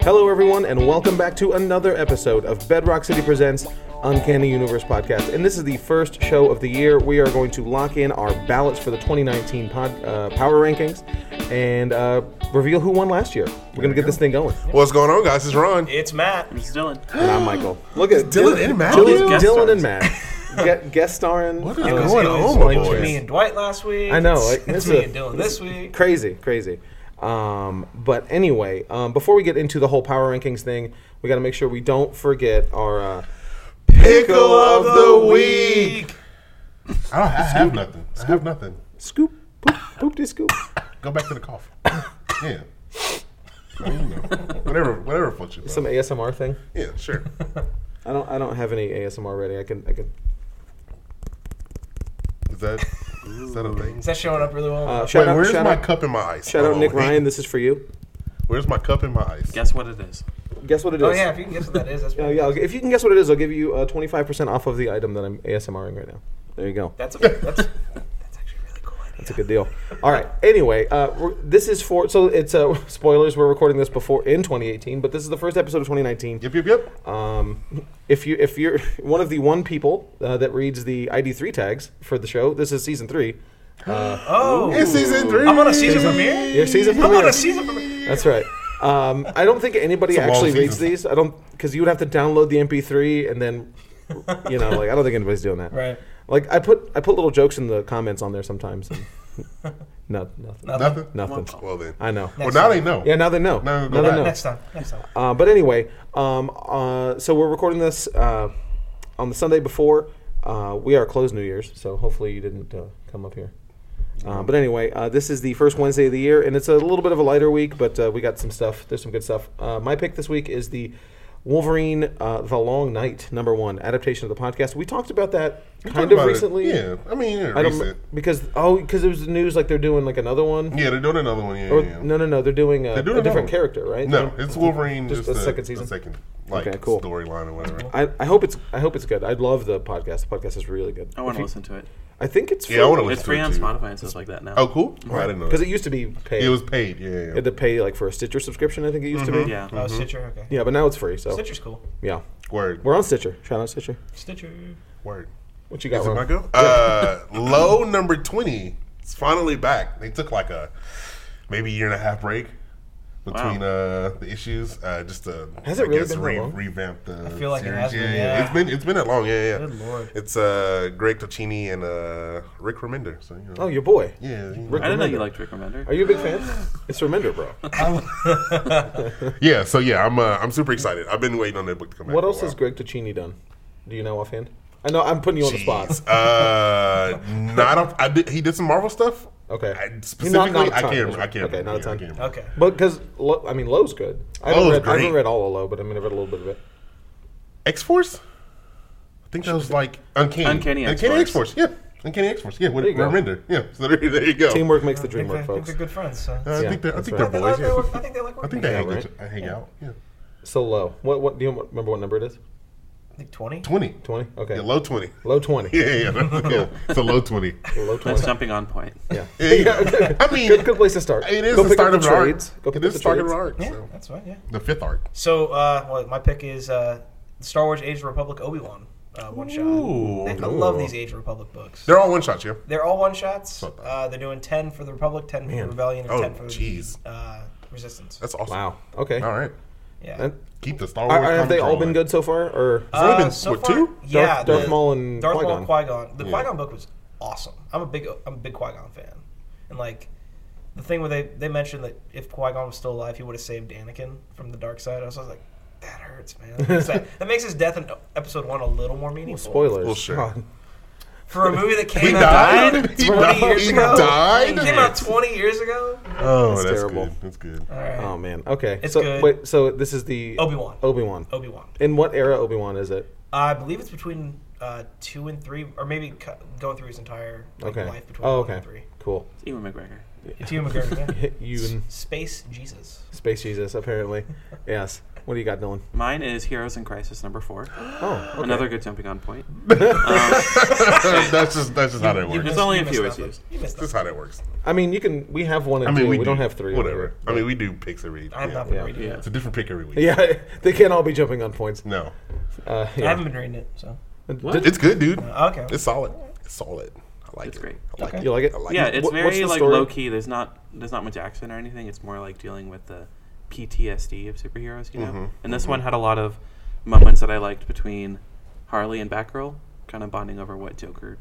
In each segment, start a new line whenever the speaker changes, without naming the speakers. Hello, everyone, and welcome back to another episode of Bedrock City Presents Uncanny Universe Podcast. And this is the first show of the year. We are going to lock in our ballots for the 2019 pod, uh, Power Rankings and uh, reveal who won last year. We're going to get this thing going.
What's going on, guys? It's Ron.
It's Matt. It's Dylan.
And I'm Michael. Look at
Dylan and Matt.
Dylan,
Guest
Dylan
stars.
and Matt. Get, guest starring.
What is
uh,
going
it was
on, my
Blank
me
boys?
Chance.
and Dwight last week.
I know, like,
It's,
this
it's
is
me
a-
and Dylan this week.
crazy, crazy. Um, but anyway, um, before we get into the whole power rankings thing, we got to make sure we don't forget our uh,
Pickle of the week. I don't I have nothing. I have nothing.
scoop, poop, poop, de scoop.
Go back to the cough. yeah. No, you know. Whatever, whatever floats your boat.
Some ASMR thing.
Yeah, sure.
I don't. I don't have any ASMR ready. I can. I can.
Is that is that a thing?
Is that showing up really well?
Uh, shout
Wait,
out.
where's
shout
my
out,
cup and my ice?
shout out
Oh,
Nick
wait.
Ryan. This is for you.
Where's my cup and my ice?
Guess what it is?
Guess what it is.
oh yeah, if you can guess what that is, that's
Uh, yeah, I'll g- if you can guess what it is, I'll give you uh, 25% off of the item that I'm ASMRing right now. There you go.
That's a, that's that's actually a really cool idea.
That's a good deal. All right. Anyway, uh, we're- this is for so it's uh, spoilers. We're recording this before in 2018, but this is the first episode of 2019.
Yep, yep, yep.
Um, if you if you're one of the one people uh, that reads the ID3 tags for the show, this is season three.
Oh,
It's season three.
I'm on a season premiere.
Your season
I'm on
premiere.
a season premiere.
That's right. Um, I don't think anybody
It's a long
actually reads
season.
these. I don't because you would have to download the MP3 and then, you know, like I don't think anybody's doing that.
Right.
Like I put I put little jokes in the comments on there sometimes. And no, nothing.
Nothing.
Nothing.
Well then.
I know.
Well now they know.
Yeah, now they know.
Now
now
go
they
back.
know.
Next time. Next time. Oh,
Uh, but anyway, um, uh, so we're recording this uh, on the Sunday before. Uh, we are closed New Year's, so hopefully you didn't uh, come up here. Uh, but anyway, uh, this is the first Wednesday of the year, and it's a little bit of a lighter week, but uh, we got some stuff. There's some good stuff. Uh, my pick this week is the Wolverine uh, The Long Night, number one, adaptation of the podcast. We talked about that
We
kind of
talked about it.
recently.
Yeah. I mean, yeah,
I don't
recent.
because oh because it was the news like they're doing like another one
Yeah, they're doing another one. Yeah,
or
yeah.
no no no they're doing a,
They're doing
a different
another one.
character right
No,
They're-
it's Wolverine.
Just
Just,
the
the
second season?
The second, like,
Okay, cool.
storyline or whatever.
I, I hope it's I hope it's good. I love the podcast. The podcast is really good.
I want to listen to it.
I think Oh, it's
Yeah, I want to
It's
listen
free
to it
on
too.
Spotify and stuff like that now.
Oh, cool. Oh, I didn't know.
because
That.
it used to be paid.
It was paid. Yeah, yeah.
you had to pay like for a Stitcher subscription. I think it used to be.
Mm-hmm. yeah.
Oh, Stitcher. Okay.
Mm-hmm. Yeah, but now it's free. So
Stitcher's cool.
yeah,
Word.
we're on Stitcher. Shout out Stitcher.
Stitcher.
Word.
What you got?
Is it
Ron?
my go? Uh, low number twenty. It's finally back. They took like a maybe year and a half break between uh, the issues. Uh, just to
Has it
I
really
guess,
been that long?
revamp the. I
feel like it has
yeah,
been,
yeah.
yeah.
It's been it's been that long. Yeah, yeah.
Good lord.
It's uh, Greg Tocini and uh, Rick Remender. So you know.
Oh, your boy.
yeah. you know.
Rick
I didn't know you
Remender.
liked Rick Remender.
Are you a big fan? it's Remender, bro.
Yeah, so yeah, I'm uh, I'm super excited. I've been waiting on that book to come out.
What
for a
else has
while.
Greg Ticini done? Do you know offhand? I know I'm putting you on the spot.
Jeez. Uh, not off. I did, he did some Marvel stuff.
Okay.
I,
Not- not
specifically,
a ton,
I can't.
is
remember-
it?
I can't.
Okay,
remember.
not a
Yeah, I
ton.
can't remember.
Okay.
But because Lo- I mean Lowe's good. I haven't,
Lowe's
read, I haven't
great.
read all of Lowe, but I mean I've read a little bit of it.
X Force. I think that was like uncanny.
Uncanny
Uncanny X
X-Force.
Force. Yeah. Uncanny X Force. Yeah. With
There you go.
Remender. Yeah. So there, there you go.
Teamwork makes the
I
dream
think, they,
work,
I think
folks.
they're good friends. So.
Uh, I think they're. I
that's
think
right.
they're
I, like
boys.
their work-
Yeah.
I think they like
I
working.
think they
Yeah,
hang,
right.
I hang out. Yeah.
So low. What what do you remember? What number it is?
I think twenty.
Twenty.
Twenty. Okay.
Yeah, low twenty.
Low twenty.
Yeah, yeah, yeah. yeah. It's a low twenty.
Low
That's
twenty.
jumping on point.
Yeah.
Yeah, yeah. I mean,
Good, good place to start.
it is
Go
the
pick up
start of an
trades.
arc.
Go pick up
It is
the
the start of
trades.
an arc.
Yeah,
So.
that's right. Yeah.
The fifth arc.
So, uh, well, my pick is uh, Star Wars: Age of the Republic Obi Wan uh, one
Ooh.
shot. I love these Age of the Republic books.
They're all one shots. Yeah.
They're all one shots.
Not bad.
Uh, they're doing ten for the Republic, ten for the Rebellion, and
Oh,
ten for
jeez.
the uh, Resistance.
That's awesome.
Wow. Okay.
All right.
Yeah.
And-
Keep the Star Wars.
are, are- have they all
commentary
been
on.
good so far? Or
It's only been, what, two?
Uh, Yeah.
Darth, Darth
the-
Maul and
Darth
Qui-Gon.
Maul and Qui Gon. The
Yeah.
Qui Gon book was awesome. I'm a big I'm a big Qui Gon fan, and like the thing where they they mentioned that if Qui Gon was still alive, he would have saved Anakin from the dark side. I was, I was like, that hurts, man. That makes, that, that makes his death in Episode One a little more meaningful.
Spoilers.
Well, sure.
God.
for a movie that
He
came out
died. He
20
died.
years
He
ago.
died.
It came out 20 years ago.
Oh,
That's
that's,
terrible.
good. That's good.
All right.
Oh man. Okay.
It's
so
good.
wait. So this is the
Obi Wan.
Obi Wan.
Obi Wan.
In what era Obi Wan is it?
I believe it's between uh, two and three, or maybe cu- going through his entire like,
Okay.
life between
Oh,
one
okay.
and three.
Cool.
It's Ewan McGregor.
It's Ewan McGregor. yeah.
You and
Space Jesus.
Space Jesus, apparently. yes. What do you got, Dylan?
Mine is Heroes in Crisis number four.
Oh, okay.
Another good jumping on point. Um,
that's just that's just how that works.
There's
That's
missed-
only
you
a few
missed that
issues.
one. You missed that
just how that works.
I mean, you can. We have one and
I mean,
two.
we,
We, don't
do-
have three. over
Whatever. I mean, we do picks every week.
one. I have
yeah.
not been
Yeah.
reading
Yeah.
it.
It's a different pick every week.
here. Yeah, they can't all be jumping on points.
No,
Uh,
I
yeah.
haven't been reading it, so.
What?
it's good, dude.
Uh, okay.
It's solid. It's solid. I like
It's
it.
great.
I like
Okay.
it.
You like it?
I like
Yeah,
it.
it's
What- what's
very
the
like
story?
low key. There's not there's not much action or anything. It's more like dealing with the PTSD of superheroes, you know.
Mm-hmm.
And this one had a lot of moments that I liked between Harley and Batgirl, kind of bonding over what Joker,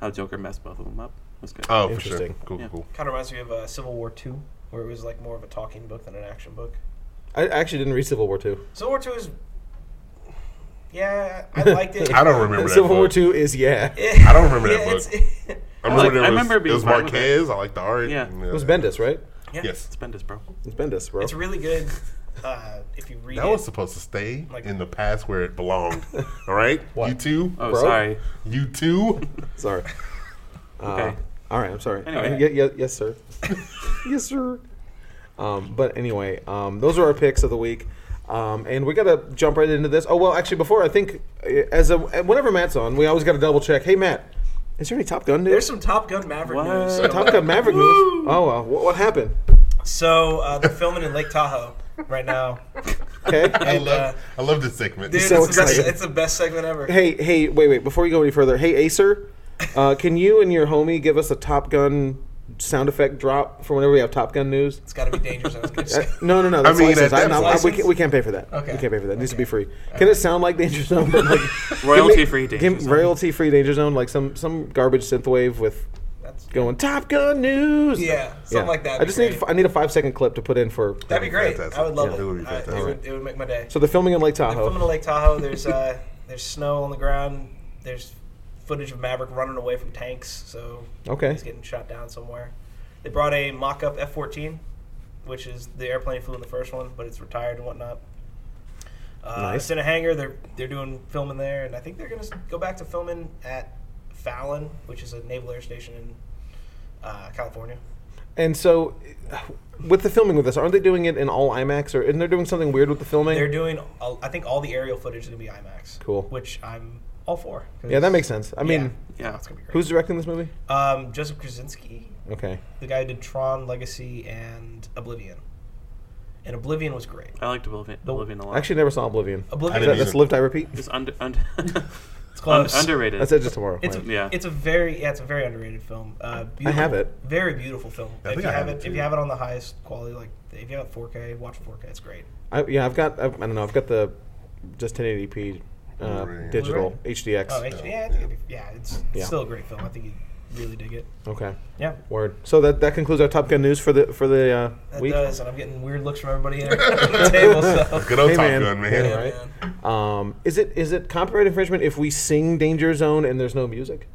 how Joker messed both of them up. It was
Uh,
good.
Oh, for sure.
Interesting.
Cool,
Yeah.
cool.
Kind of reminds me of uh, Civil War Two, where it was like more of a talking book than an action book.
I actually didn't read Civil War Two.
Civil War Two is, yeah, I I liked it.
I don't remember that.
Civil War
book.
Two is yeah. It
I don't remember that book.
it's-
I remember,
like-
there
I
was,
remember being
it was
fine with
Marquez. I like the art.
Yeah.
and,
It was
uh,
Bendis, right?
yeah,
Yes,
It's Bendis, bro.
It's Bendis, bro.
it's really good. Uh, if you read
that
it,
was supposed to stay
Like-
in the past where it belonged. All right,
What?
you two,
Oh,
Bro?
sorry.
you two.
sorry. Uh,
Okay.
All right. I'm sorry.
Anyway.
Ye- ye- yes, sir. yes, sir. Um, but anyway, um, those are our picks of the week, um, and we got to jump right into this. Oh well, actually, before I think, uh, as a whenever Matt's on, we always got to double check. Hey, Matt, is there any Top Gun
there's
news?
some Top Gun Maverick
What?
news.
some-
Top Gun Maverick news. Oh well, what, what happened?
So uh, they're filming in Lake Tahoe right now.
Okay.
I
And,
love,
uh,
I love this segment.
Dude,
so
it's, the best,
excited.
it's the best segment ever.
hey, hey, wait, wait. Before we go any further, hey, Acer, uh, can you and your homie give us a Top Gun sound effect drop for whenever we have Top Gun news?
It's got to be dangerous. I was gonna
Uh,
say.
no, no, no. That's I
mean,
mean, licensed.
at
I'm
that
not,
point-
we, can't, we can't pay for that.
Okay.
We can't pay for that. It needs to be
Okay.
free. Can it sound like Danger Zone? Like,
Royalty-free Danger Zone.
Royalty free Danger Zone, like some some garbage synthwave with
That's,
going Top Gun news.
yeah, something like that.
I just need I need a five second clip to put in for.
That'd be great.
Fantastic.
I would love
Yeah,
it.
it would be
I- it,
fantastic.
would, it would make my day.
So they're filming in Lake
They're filming
Tahoe.
in Lake Tahoe. There's uh, there's snow on the ground. There's footage of Maverick running away from tanks. So
Okay.
he's getting shot down somewhere. They brought a mock-up F-14, which is the airplane flew in the first one, but it's retired and whatnot. Uh,
Nice.
It's in a hangar. They're they're doing filming there, and I think they're gonna s- go back to filming at Fallon, which is a naval air station in uh, California.
And so, with the filming with this, aren't they doing it in all IMAX or isn't they doing something weird with the filming?
They're doing. all- I think all the aerial footage is gonna be IMAX.
Cool.
Which I'm all for. 'cause-
yeah, that makes sense. I mean,
yeah,
Yeah.
it's gonna be great.
who's directing this movie?
um, Joseph Krasinski,
Okay.
the guy who did Tron Legacy and Oblivion, and Oblivion was great.
I liked Oblivion, Oblivion a lot.
I actually never saw Oblivion.
Oblivion.
Is
didn't
that-
is-
that's Lived I Repeat.
it's under, under
uh,
It's close.
underrated.
That's it just tomorrow.
It's a,
Right.
Yeah.
it's a very yeah, it's a very underrated film. Uh, beautiful,
have it.
Very beautiful film.
I
if
think
you
I
have
have
it,
it,
if
too.
you have it on the highest quality, like if you have 4K, watch 4K. It's great.
I, yeah, I've got. I've, I don't know. I've got the just 1080p uh,
Blu-ray.
digital
Blu-ray?
HDX.
Oh, it's- yeah, I think it'd be- yeah, it's, it's
Yeah.
still a great film. I think you would really dig it.
Okay.
Yeah,
Word. So that, that concludes our Top Gun news for the for the uh,
that
week.
does. And I'm getting weird looks from everybody here at the table. So.
Good old
Hey,
Top
man.
Gun, man.
Yeah,
Yeah,
right.
man.
Um, is it is it copyright infringement if we sing Danger Zone and there's no music?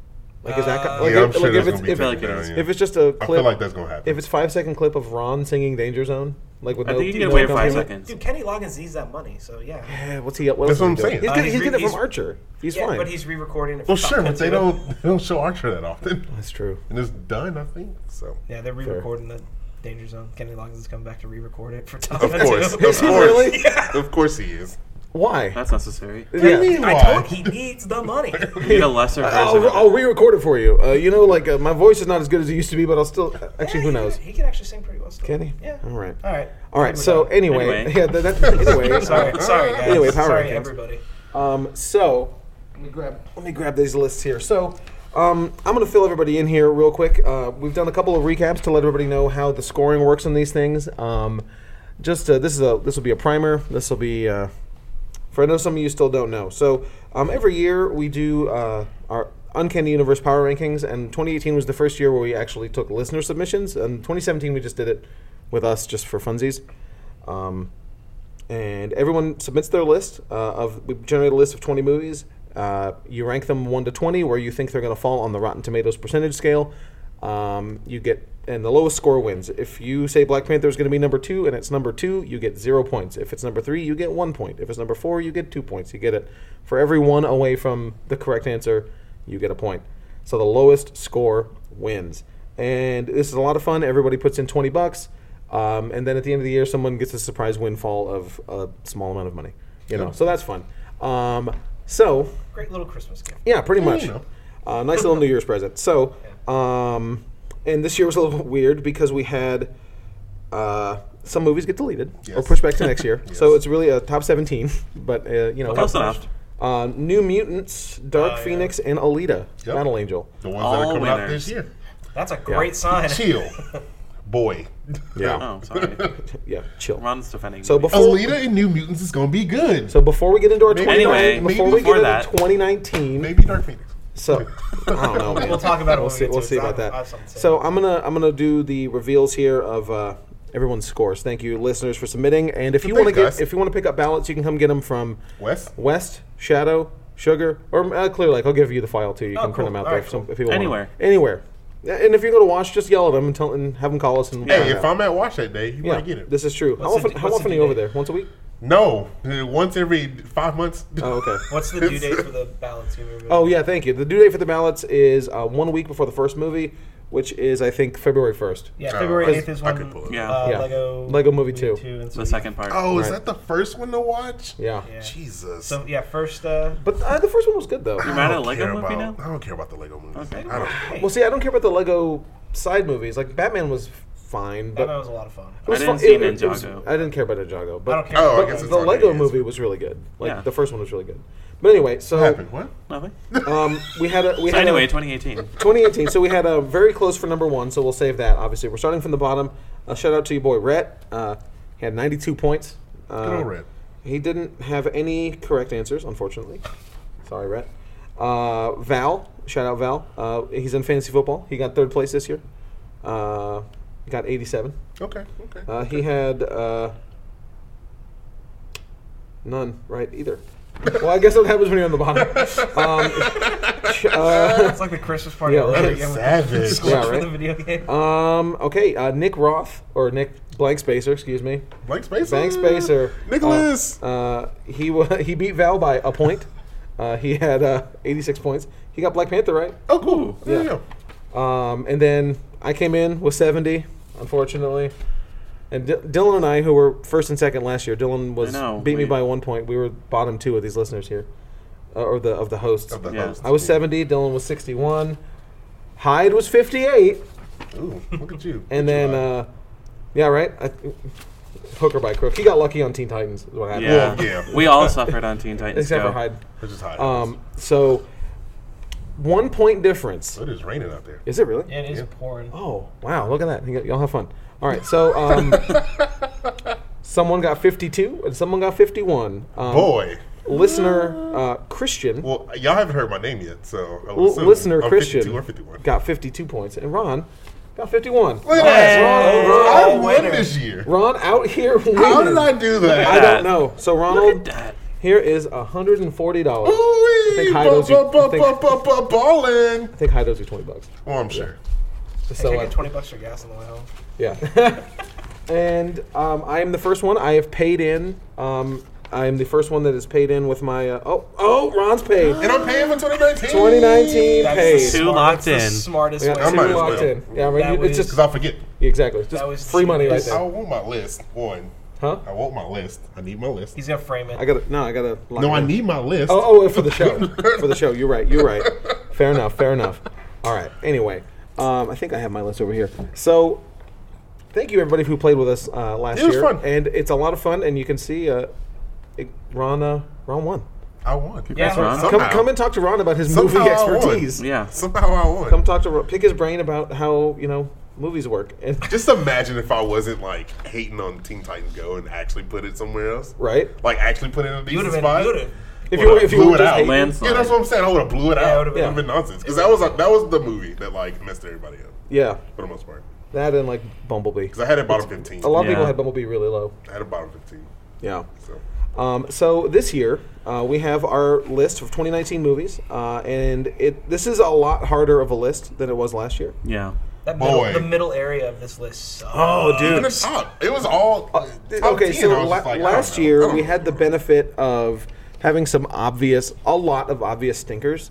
Like is that co-
Uh,
like,
Yeah,
if,
I'm sure
like,
that's
if
gonna
it's
be
if,
taken
down,
it's-
yeah.
if it's just a
I
clip
feel like that's gonna happen.
if it's five second clip of Ron singing Danger Zone like with
I
no
think you
no
get away with
no
five
music?
seconds.
Dude, Kenny Loggins needs that money, so yeah.
Yeah, what's he? What else is
That's what
he
I'm
doing?
saying.
He's,
Uh,
getting,
he's
he's
re-
getting it
he's-
from Archer. He's
yeah,
fine.
but he's re-recording it. for
well,
Top
sure,
Gun
but they
too.
don't they don't show Archer that often,
That's true.
and it's done. I think so.
Yeah, they're re-recording the Danger Zone. Kenny Loggins is coming back to re-record it for Top
Of
Gun
course, of
too.
course,
really?
of course he is.
Why?
That's necessary.
Yeah. Oh,
What do you mean?
I
Why?
told he needs the money.
You need a lesser version.
I'll,
of it.
I'll re-record it for you. Uh, you know, like uh, my voice is not as good as it used to be, but I'll still. Actually,
Yeah,
who
he
knows?
Could, he could actually sing pretty well. Still.
Can he?
Yeah.
All right.
All right.
All right.
We're
So
done.
anyway,
Anyway.
yeah. That, that, anyway, uh,
sorry, sorry, guys.
Anyway, power
sorry,
rankings.
everybody.
Um, so let me grab let me grab these lists here. So um, I'm going to fill everybody in here real quick. Uh, we've done a couple of recaps to let everybody know how the scoring works on these things. Um, just uh, this is a this will be a primer. This will be uh, for I know some of you still don't know. So um, every year we do uh, our Uncanny Universe Power Rankings, and 2018 was the first year where we actually took listener submissions, and 2017 we just did it with us just for funsies. Um, and everyone submits their list uh, of we generate a list of 20 movies uh, you rank them 1 to 20 where you think they're going to fall on the rotten tomatoes percentage scale um, you get and the lowest score wins if you say black panther is going to be number 2 and it's number 2 you get 0 points if it's number 3 you get 1 point if it's number 4 you get 2 points you get it for every one away from the correct answer you get a point so the lowest score wins and this is a lot of fun everybody puts in 20 bucks Um, and then at the end of the year, someone gets a surprise windfall of a small amount of money. You know, so that's fun. Um, so
Great little Christmas gift.
yeah, pretty much.
know.
Uh, nice little New Year's present. So, um, and this year was a little weird because we had uh, some movies get deleted or
Yes.
pushed back to next year. So it's really a top 17, but uh, you know,
Close enough.
Uh, New Mutants, Dark
Oh, yeah.
Phoenix, and Alita,
Yep.
Battle Angel.
The ones that are
All
coming out
winners.
this year.
That's a great sign.
Chill, boy.
Yeah,
Oh, sorry.
yeah, chill.
Ron's defending.
So
me.
before
Alita and New Mutants is gonna be good.
so before we get into our
Maybe-
29
Anyway,
before
maybe
we
before
get
that.
into 2019,
Maybe Dark Phoenix.
So I don't know. Man.
We'll talk about it
We'll
when we
see.
get
We'll see
to it, 'cause
about
I have-
that.
I have something to say.
So I'm gonna I'm gonna do the reveals here of uh, everyone's scores. Thank you, listeners, for submitting. And if you want to
thanks,
get
guys.
if you want to pick up ballots, you can come get them from
Wes?
West Shadow Sugar or uh, Clear Lake. I'll give you the file too. You
Oh,
can print
cool.
them out
All
there
right,
if, some,
cool.
if people want 'em.
Anywhere.
Anywhere. Yeah, And if you go to watch, just yell at them and tell and have them call us. And
Hey, if I'm at watch that day, you
yeah,
might get it.
this is true. How
What's the
often,
d-
how
what's the
often are
due
you over
date?
there? Once a week?
no, uh, once every five months.
Oh, okay.
What's the due date for the balance? You remember?
Oh yeah, thank you. The due date for the ballots is uh, one week before the first movie, which is I think February first.
yeah.
Oh,
February
I-
eighth is
I
when
could pull it.
Yeah.
uh,
Yeah.
Lego
Lego Movie 2.
and so
the second part.
Oh, is
Right.
that the first one to watch?
Yeah.
Yeah.
Jesus.
So yeah, first. Uh,
But uh, the first one was good though.
You're
I
mad at a
don't
Lego
care
movie
about.
now?
I don't care about the Lego movies.
Okay.
I don't.
hey,
Well, see, I don't care about the Lego side movies. Like Batman was fine,
that
but
one was a lot of fun.
it was
I didn't
fu-
see
it- it was-
Ninjago.
I didn't care about Ninjago, but
I don't care.
Oh, I
about
guess
that.
the
it's on
Lego
it,
movie was really good. Like
Yeah.
the first one was really good. But anyway,
What
so
happened? What?
Nothing.
um, we had a we
So
had
anyway,
a,
2018.
2018. So we had a very close for number one. So we'll save that. Obviously, we're starting from the bottom. Uh, shout out to your boy Rhett. Uh, he had 92 points. Uh,
Good old Rhett.
He didn't have any correct answers, unfortunately. Sorry, Rhett. Uh, Val, shout out Val. Uh, he's in fantasy football. He got third place this year. Uh, got 87.
Okay. Okay.
Uh, he had uh, none right either. well, I guess that happens when you're on the bottom. Um, sh- uh,
It's like the Christmas party.
Yeah,
at Lego
right.
Game with-
Savage.
Score
Yeah,
for
right.
the video game.
Um. Okay. Uh, Nick Roth or Nick Blank Spacer, excuse me.
Blank Spacer.
Blank Spacer.
Nicholas.
Uh, he wa he beat Val by a point. Uh, he had uh, 86 points. He got Black Panther right.
oh, cool. There
yeah.
you go.
Um, and then I came in with 70, unfortunately. And D- Dylan and I, who were first and second last year, Dylan was
know,
beat me
we-
by one point. We were bottom two of these listeners here, uh, or the of the hosts.
Of the
Yeah.
host.
I was 70. Dylan was 61. Hyde was 58.
Ooh, look at you.
And
Look at
then,
you,
uh, yeah, right. I, hooker by crook. He got lucky on Teen Titans. Is what happened.
Yeah.
Well, yeah.
We all suffered on Teen Titans
Except
Go.
for Hyde.
It's just hot.
Um, so one point difference.
it is raining out there.
Is it really?
It is
Yeah.
porn.
Oh wow! Look at that. You- Y'all have fun. All right. So um, someone got fifty-two and someone got fifty-one. Um,
Boy.
Listener uh, Christian
Well, y'all haven't heard my name yet, so I
L-
would assume
listener
I'm
Christian
52 or 51.
got 52 points, and Ron got 51.
Look at that.
Hey,
I
Ron,
won
winner.
this year.
Ron out here winning.
How did I do that?
I
that.
don't know. So
Look at
Ronald,
that.
here is hundred and forty dollars. I
Ooh-wee,
think Hyde
bu-
owes you-
bu-
I
bu-
think-
bu- bu- balling.
think Hyde owes you twenty bucks.
Well, Oh, I'm sure.
So
So
taking
uh,
twenty bucks for gas on the way home.
yeah. and um, I am the first one. I have paid in. Um, I am the first one that is paid in with my. Uh, oh, oh, Ron's paid.
And I'm paying for 2019.
2019
That's
paid.
the
Two
smart- that's
locked
the
in.
smartest
Yeah,
way.
I
two
might as
locked
well.
in. Yeah, right.
That
you- it's
was-
just
Because I forget.
exactly. It's
That
just
was
free money right
genius.
I
there.
want my list. One.
Huh?
I want my list. I need my list.
He's gonna frame it.
I gotta. No, I gotta. lock
No,
it
I
in.
need my list.
Oh, oh, for the show. for the show. You're right. You're right. Fair enough. Fair enough. All right. Anyway, um, I think I have my list over here. So, thank you everybody who played with us uh, last
It was
year,
fun.
and it's a lot of fun. And you can see uh, it, Ron, uh, Ron won.
I won.
Yeah,
Ron.
Somehow.
Come, come and talk to Ron about his
Somehow
movie
I won.
expertise.
Yeah.
Somehow I won.
Come talk to Ron. Pick his brain about how you know movies work. And
Just imagine if I wasn't like hating on Teen Titans Go and actually put it somewhere else.
right.
Like actually put it in a
You would
decent
have been.
spot.
You would have.
If
Well,
you were,
I
if you
blew
were
it
just
out.
hating-
Lance-
Yeah, that's what I'm saying. I would have blew it
Yeah, it
out.
would've
It
been-
would have been nonsense because that was like that was the movie that like messed everybody up
yeah,
for the most part.
that and like Bumblebee.
Because I had it bottom 15.
A lot of people
Yeah.
had Bumblebee really low.
I had a bottom 15.
Yeah.
So
Um, so this year uh, we have our list of 2019 movies, uh, and it this is a lot harder of a list than it was last year.
Yeah.
That middle,
Boy.
the middle area of this list. Sucks.
Oh, Uh,
and the top, it was all top
Uh, Okay,
10,
so
I was
la-
just like, I don't
last
know. Oh. I
year
don't
we
know.
had the benefit of having some obvious, a lot of obvious stinkers.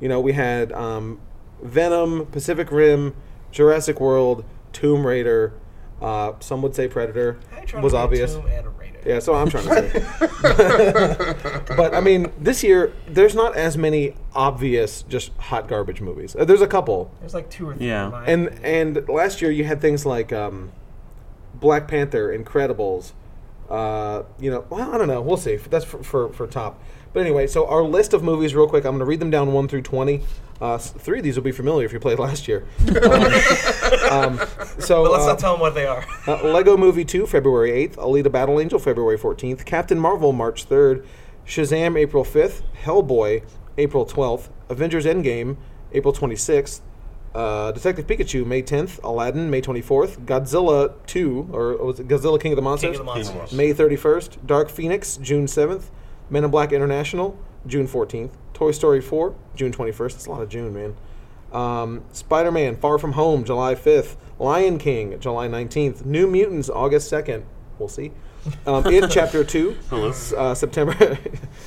You know, we had um, Venom, Pacific Rim, Jurassic World, Tomb Raider, Uh, some would say Predator
I tried
was
to rate
obvious.
Tomb and rate it.
Yeah, so I'm trying to say. but I mean, this year there's not as many obvious just hot garbage movies. Uh, There's a couple,
There's like two or three.
Yeah.
in my-
and and last year you had things like um, Black Panther, Incredibles. Uh, you know, well, I don't know. We'll see. That's for, for, for top. But anyway, so our list of movies, real quick. I'm going to read them down one through twenty. Uh, s- three of these will be familiar if you played last year. Um, um, so
but let's
uh,
not tell them what they are.
uh, Lego Movie 2, February 8th. Alita Battle Angel, February 14th. Captain Marvel, March 3rd. Shazam, April 5th. Hellboy, April 12th. Avengers Endgame, April 26th. Uh, Detective Pikachu, May 10th. Aladdin, May 24th. Godzilla 2, or oh, was it Godzilla King of the Monsters?
King of the Monsters.
May 31st. Dark Phoenix, June 7th. Men in Black International, June 14th. Toy Story 4, June 21st. It's a lot of June, man. Um, Spider Man, Far From Home, July 5th. Lion King, July 19th. New Mutants, August 2nd. We'll see. Um, it Chapter 2, s- uh, September.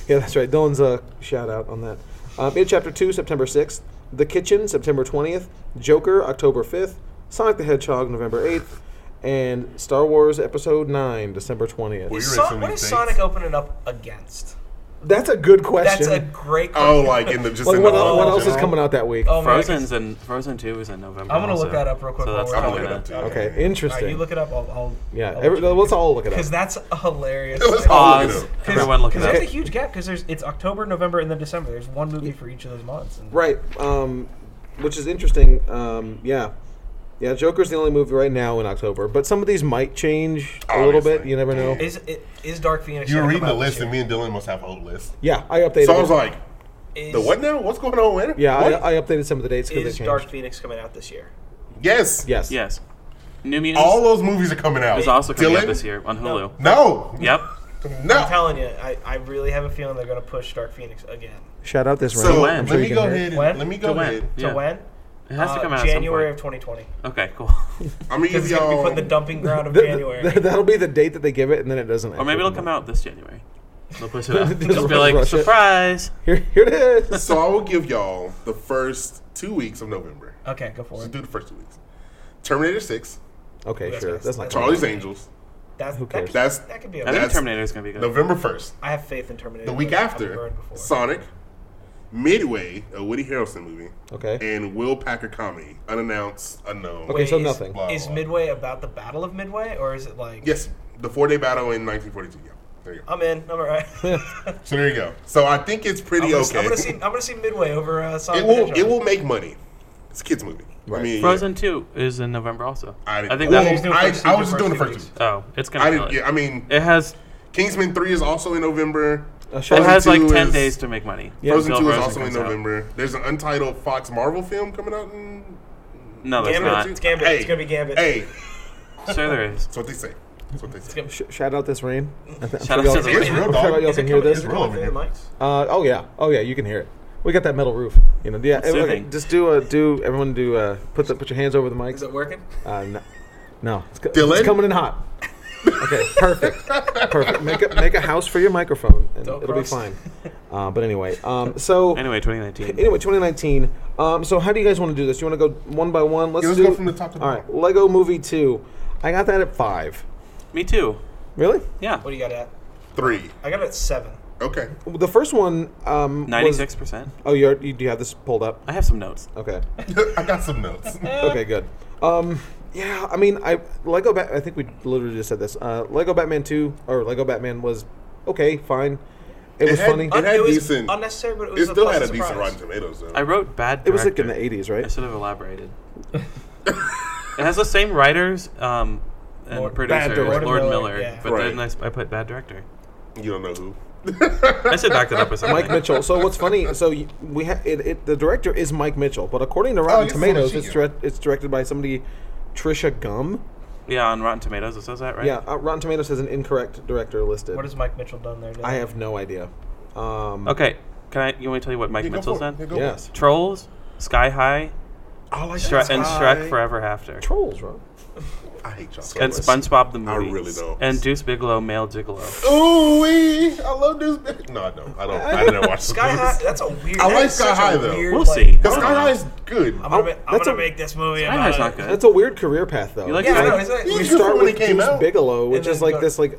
yeah, that's right. Dylan's a shout out on that. Um, it Chapter 2, September 6th. The Kitchen, September 20th. Joker, October 5th. Sonic the Hedgehog, November 8th. And Star Wars Episode 9, December 20th.
Well, You're
So-
in so many
what is
states.
Sonic opening up against?
That's a good
That's
question.
a great
Oh,
question.
like in the just
like,
in
what,
the
el-
hall
what
in
else is
general?
coming out that week?
Oh, man, I
Frozen's and Frozen Two is in November.
I'm gonna
also.
look that up real quick
So
while
that's
we're
I'll
probably
look it up
gonna-
too.
okay,
All right,
interesting.
you look it up. I'll, I'll
yeah, every, let's all look it
because
up.
that's a hilarious.
Let's all look it
Pause.
up.
Everyone look it
Because that's a
up.
huge gap. Because there's it's October, November, and then December. There's one movie for each of those months. And
Right, um, which is interesting. Um, yeah, yeah. Joker's the only movie right now in October, but some of these might change a little bit.
Obviously.
You never know.
Is it is Dark Phoenix?
You were
gonna
reading
come
the
out this
list, and me
year?
and Dylan must have old list.
Yeah, I updated.
So I was
it.
like,
Is,
the what now? What's going on? Where?
yeah,
What?
I, I updated some of the dates because they
is
changed.
Dark Phoenix coming out this year?
yes.
yes.
Yes. New Mutants
All those movies are coming out.
is also coming
Dylan?
out this year on Hulu.
No.
Yep.
I'm
No.
telling you, I, I really have a feeling they're gonna push Dark Phoenix again.
Shout out this round.
So
when?
I'm
let
sure
me
you
go
can hear
ahead. and-
When?
Let me go
To when?
ahead.
So
Yeah.
when?
It has to
Uh,
come out at some
January of
point.
2020.
Okay, cool.
I'm gonna give
It's gonna be
y'all.
put in the dumping ground of
it.
January.
That'll be the date that they give it, and then it doesn't.
Or maybe it'll come out this January. They'll push it out.
Just
Just be like,
rush it.
surprise!
Here, here it is.
So I will give y'all the first two weeks of November.
okay, go for
Let's
it.
do the first two weeks. Terminator Six,
Okay,
That's
sure.
nice.
That's not
That's-
Charlie's Angels,
That's,
Who
that,
cares?
could,
That's-
that could be
I
okay.
think
That's
Terminator is gonna be good.
November first.
I have faith in Terminator.
The week
but I've
after,
burned before.
Sonic, Midway, a Woody Harrelson movie,
okay.
and Will Packer comedy, unannounced, unknown.
Okay, so
is-
nothing.
Blah,
Is
blah.
Midway about the Battle of Midway, or is it like?
Yes, the four day battle in 1942. Yeah, there you go.
I'm in. I'm alright. I'm
So there you go. So I think it's pretty
gonna,
okay.
I'm gonna see. I'm gonna see Midway over uh, Sonic.
it
the
will.
Hedgehog.
It will make money. It's a kids movie.
Right.
I mean,
Frozen Two is in November also.
I,
I,
didn't,
think
well,
that.
He's doing
I,
first
I
two,
was just
first
doing the
two
first
weeks.
two.
Oh, it's gonna.
I
kill
didn't.
it.
Yeah, I mean,
It has
Kingsman three is also in November.
Uh,
it
Frozen
has like
2
ten
is-
days to make money.
Yeah.
Frozen
Until
two is
Frozen
also in
comes out.
November. There's an untitled Fox Marvel film coming out. in
No, there's
Gambit,
not.
it's Gambit. It's gonna be Gambit.
Hey,
Sure, there is.
that's what they say. That's what they say.
Sh- shout out this rain. I'm
Shout out
y'all-
to the
It's
rain.
real,
I'm sure
dog.
y'all
Is it
can hear
coming-
this.
is it
Roll
coming
over
through
here.
the mics?
Uh, oh yeah, oh yeah, you can hear it. We got that metal roof, you know. Yeah, everyone-
soothing.
just do a do. Everyone do uh, put the, put your hands over the mic.
Is it working?
Uh, no, no, it's, co-
Dylan?
it's coming in hot. Okay, perfect, perfect. Make a make a house for your microphone, and
Don't
it'll
cross.
be fine. Uh, but anyway, um, so anyway,
Anyway, 2019.
2019. Um, so how do you guys want to do this? You want to go one by one? Let's,
Yeah, let's
do.
go from the top to the
all right, Lego Movie Two. I got that at five.
Me too.
Really?
Yeah,
What do you got at?
Three.
I got it at seven.
Okay.
The first one. Um, was-
96 percent.
Oh, you're, you do you have this pulled up?
I have some notes.
Okay.
I got some notes.
okay, good. Um, yeah, I mean, I Lego. Bat- I think we literally just said this. Uh, Lego Batman Two or Lego Batman was okay, fine. It,
It
was
had-
funny.
it-
It,
had
was
decent-
unnecessary, but it was
It
a
still had a
pleasant
decent
surprise.
Rotten Tomatoes though.
I wrote bad.
was like in the
director.
eighties,
I
right?
should have elaborated. it has the same writers um, and
Lord-
producers,
Bad director.
Lord
Lord
Miller,
Miller, yeah.
but
Right.
then I, s- I put bad director.
you don't know who.
I should back that up with something.
Mike Mitchell. So what's funny? So y- we ha- it, it, the director is Mike Mitchell, but according to Rotten
it's someone
Tomatoes,
she
it's
knew.
dire- it's directed by somebody, Trisha Gum.
Yeah, on Rotten Tomatoes it says that, right?
Yeah, uh, Rotten Tomatoes has an incorrect director listed.
What has Mike Mitchell done there?
I have no idea. Um,
Okay. Can I? You want me to tell you what Mike
Yeah, go
Mitchell's
for it.
done?
Yeah, go for it.
Yes.
Trolls, Sky High,
All I
Shre- and
I-
Shrek Forever After.
Trolls, bro.
I hate y'all.
And SpongeBob the
I
movie.
really don't.
And Deuce Bigelow, male gigolo.
Ooh wee! I love this. Bitch. No, I don't. I don't. I didn't watch
Sky High. That's a weird.
I
that
like
is
Sky
such a
High, though.
weird,
We'll
like-
see.
Because Sky High is good.
I'm gonna, ma- I'm
That's
gonna
a-
make this movie.
Sky
about
High's
it.
not good.
That's a weird career path, though.
You like
Yeah,
Sky-
I know. It's like,
Yeah,
you
Good
start
for
with
when it came
Deuce
out.
Bigelow, which
And
is
then
like
go-
this like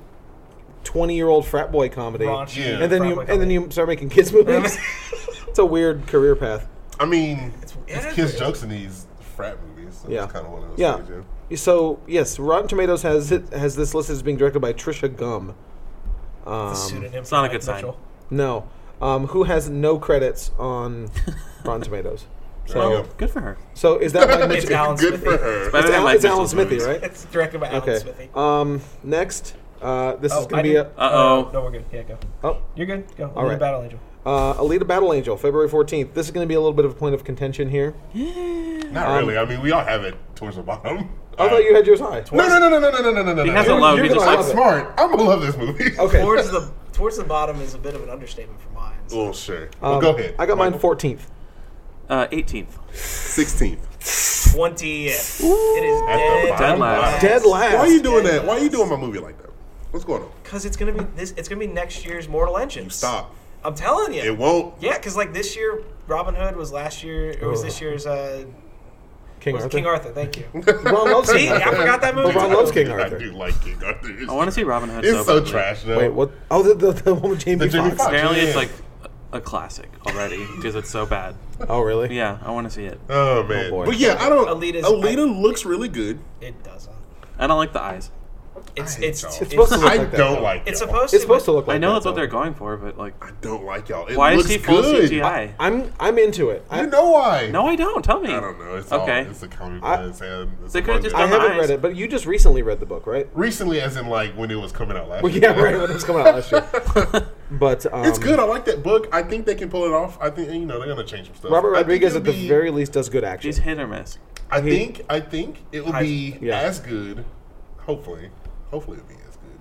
twenty-year-old frat boy comedy,
Raunchy
Yeah.
and then
frat
you
boy
and then
comedy.
you start making kids movies. it's a weird career path.
I mean, it's,
it is
kids
weird.
jokes in these frat movies. So
Yeah.
it's kind of one of those
Yeah.
things.
So yes, Rotten Tomatoes has it has this listed as being directed by Trisha Gum. Um,
It's a pseudonym
It's
for
not a
Mike
good sign.
Mitchell.
no, um, who has no credits on Rotten Tomatoes?
There you
So,
go.
Good for her.
so is that Mike
It's
Mitchell?
Alan
Good for her.
Smithy.
But-
It's
Better than
Alan,
Mike
it's Alan
Mitchell's
Smithy,
movies.
right?
It's directed by Alan
Okay.
Smithy. Oh,
Um, next, uh, this is gonna
I
be
did-
a
Uh-oh.
No, we're good. Yeah, go.
oh.
You're good. Go.
All
All
right.
right. Battle Angel.
Uh, Alita Battle Angel, February 14th. This is going to be a little bit of a point of contention here.
Not
um,
really. I mean, we all have it towards the bottom.
I thought you had yours high.
No, no, no, no, no, no, no, no, no, no.
He has a
You're-
low,
You're
he just
gonna- I'm
likes it.
smart. I'm gonna love this movie.
Okay.
Towards the towards the bottom is a bit of an understatement for mine.
Well, sure.
Um,
Well, go ahead.
I got mine
Michael.
14th.
Uh, 18th.
16th.
Twenty. It is dead.
bottom.
last.
Dead last.
Why are you doing that? Why are you doing my movie like that? What's going on?
Because it's gonna be this. It's gonna be next year's Mortal Engines.
Stop.
I'm telling you.
It won't.
Yeah, because like this year, Robin Hood was last year. Or was this year's uh,
King
was
Arthur.
King Arthur? Thank you.
Ron loves
See,
King
I
Arthur.
forgot that movie.
But Ron loves King
I
Arthur.
do like King Arthur. It's-
I want to see Robin Hood.
It's so
badly.
trash though.
Wait, what? Oh, the, the, the one with Jamie,
The Jamie
Foxx.
Foxx.
Apparently,
Yeah.
it's like a classic already because it's so bad.
Oh, really?
Yeah, I want to see it.
Oh man.
boy.
but yeah, I don't.
Alita's-
Alita
I-
looks really good.
It doesn't.
I don't like the eyes.
It's
hate
it's
y'all.
it's,
It's supposed to look
I
like that.
don't
though.
like.
it's
y'all.
supposed
It's
to.
supposed to
but
look like
I know
that,
that's what
though.
they're going for, but like,
I don't like y'all. It
why is
looks
he full
good.
CGI?
I'm, I'm into it. I,
You know why?
no, I don't. Tell me.
I don't know. It's
okay.
All, it's a comic
I-
book. It's, um, it's
They
a
could've
manga.
just
I
done the
haven't
eyes.
read it, but you just recently read the book, right?
recently, as in like when it was coming out last.
Well,
year.
yeah, right, when it was coming out last year. But um,
It's good. I like that book. I think they can pull it off. I think you know they're gonna change some stuff.
Robert
I think
Rodriguez,
it'll
at the
be-
very least, does good
He's
action.
hit or miss.
I think I think it will be
Yeah.
as good. Hopefully, hopefully it'll be as good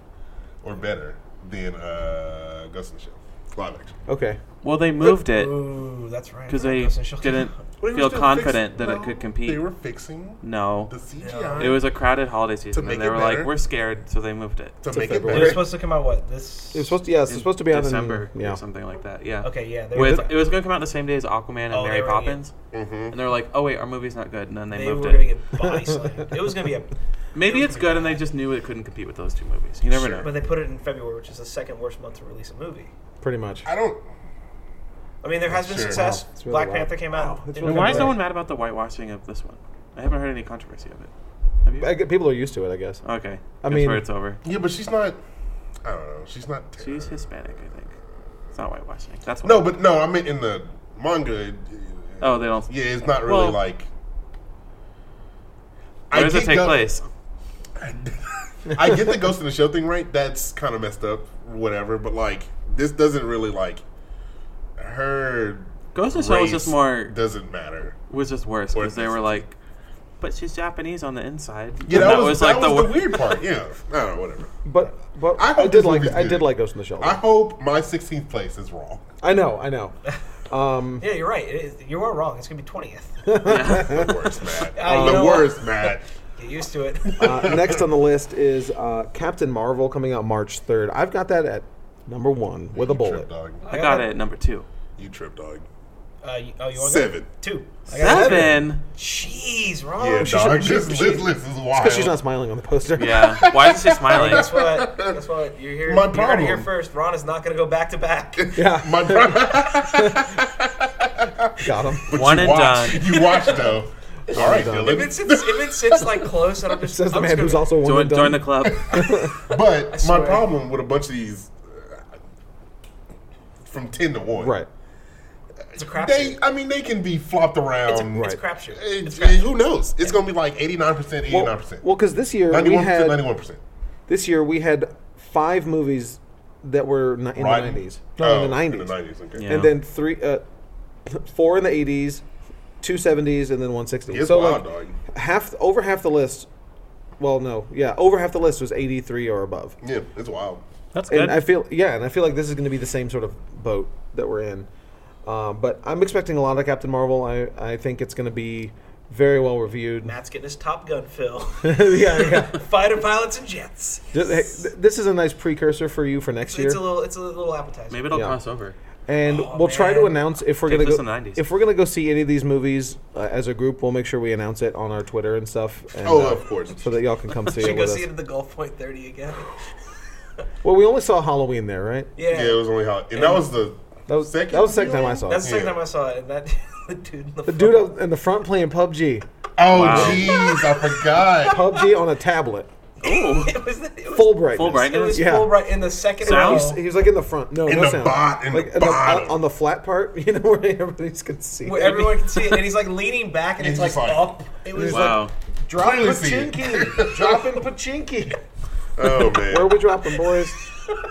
or better than uh, Ghost in the Shell live action.
Okay.
Well, they moved it
Ooh, that's right.
because
right,
they
Ghost in the Shell.
didn't
But it was
feel
still fix-
confident that
no,
it could compete.
They were fixing
no,
the CGI.
No.
it was a crowded holiday season,
make
and they
it
were
better.
like, "We're scared," so they moved it.
to
to
make it
February.
It was
better.
supposed to come out what this.
It was supposed to, yeah, it's
in
supposed to be out
December
in yeah.
or something like that. Yeah.
Okay, yeah. they
With
were-
it was going to come out the same day as Aquaman and
Oh, they
Mary
were gonna
Poppins,
Mhm.
and they were like, "Oh wait, our movie's not good," and then they,
they
moved
were gonna
it.
get body slammed. It was gonna be a.
Maybe
it
it's
was
good,
gonna
and
be
they just knew it couldn't compete with those two movies. You never
Sure.
But
know.
they put it in February, which is the second worst month to release a movie.
Pretty much.
I don't.
I mean, there has been
Sure.
success.
Wow, it's really
Black
wild.
Panther came
Wow,
out.
it's
in
really
And why is
February.
no one mad about the whitewashing of this one? I haven't heard any controversy of it. Have you?
I get- people are used to it, I guess.
Okay.
I
That's
mean-
where it's over.
Yeah, but she's not. I don't know. She's not.
She's Hispanic, I think. It's not whitewashing. That's why.
No, but no. I mean, in the manga. it-
Oh, they don't.
Yeah, it's not really
Well-
like.
Where does it
get
take
go-
place?
I get the Ghost in the Shell thing right. That's kind of messed up, whatever. But like, this doesn't really like her.
Ghost in the Shell was
race
just more
Doesn't matter.
was just worse
Or
because they were
ethnicity.
like, but she's Japanese on the inside.
Yeah,
And
that, was, that was
wor-
the weird part. Yeah, I don't know, whatever.
But but
I
I,
hope
did
this
like
movie's
I
good.
did like Ghost in the Shell.
I
I,
hope my 16th place is wrong.
know, I know. Um,
Yeah, you're right. It is, you are wrong. It's gonna be twentieth.
The worst, Matt.
Uh, you
the
know what?
worst, Matt.
Get used to it.
uh, next on the list is uh, Captain Marvel coming out March third. I've got that at number one with a
You trip,
bullet.
dog.
I got it at number two.
You trip, dog.
Uh, you, oh, you want
Seven.
Two. I got it.
Seven.
Jeez, wrong.
Yeah,
Oh, She
dog.
should-
This
she-
this
she-
list is wild.
Because she's not smiling on the poster.
Yeah. Why is she smiling?
Guess what? Guess what? You're here.
My
you heard it here
problem.
first. Ron is not gonna go back to back.
yeah,
My brother.
got him.
One and
watch.
done.
You watch though. All right,
done.
If
Dylan.
it sits, if it sits like close, and I'm just
Says the
I'm
man
just
who's
gonna-
also one
Join,
and done.
join the club.
But my
swear.
problem with a bunch of these, uh, from ten to one,
Right.
It's a crap.
They, I mean, they can be flopped around.
It's a
Right.
crapshoot.
It-
It's a crapshoot.
who knows? It's going to be like eighty nine percent, eighty nine
Well,
percent,
well, because this year
ninety
we
one percent,
had
ninety one percent.
this year we had five movies that were ni- in
Right. Oh,
the nineties, no, in the
In the
nineties,
nineties, okay.
Yeah.
and then three, uh, four in the eighties, two seventies, and then one sixty.
It's
So like
wild, dog.
half, over half the list. Well, no, yeah, over half the list was eighty three or above.
Yeah, it's wild.
That's
and I feel yeah, and I feel like this is going to be the same sort of boat that we're in. Um, but I'm expecting a lot of Captain Marvel. I I think it's going to be Very well reviewed.
Matt's getting his Top Gun fill.
yeah, yeah.
Fighter pilots and jets.
Just- hey, th- This is a nice precursor for you for next year,
It's a little, it's a little appetizer.
Maybe it'll
Yeah.
cross over.
and
Oh,
we'll try to
man.
announce if we're
Take
gonna
this
go.
in the 90s.
If we're gonna go see any of these movies uh, as a group, we'll make sure we announce it on our Twitter and stuff. And,
Oh,
uh,
of course.
so that y'all can come see
Should
it
go
with
see
us.
it at the Gulf Point 30 again.
Well, we only saw Halloween there, right?
Yeah.
Yeah, it was only how, and that was the
That was
Second
that was the second time
viewing?
I saw
That's
it.
the second
Yeah.
time I saw it, and that the dude in the,
The dude up in the front playing PUBG,
oh
Wow.
jeez, I forgot.
PUBG on a tablet,
Ooh.
it was, it was,
full brightness.
Full
it
brightness.
was
Yeah.
full right in the second
He
Sounds-
was,
row.
he was like in the front. No,
In
no
the
sound.
bot- in the
like the-
bottom.
on the flat part, you know, where everybody's gonna see.
Where
it.
everyone can see it, and he's like leaning back, and
He's
it's like,
just like-
up. It was
Wow.
like dropping
Clearly see it.
pachinki, dropping pachinki.
Oh
Where
man,
we dropping, boys?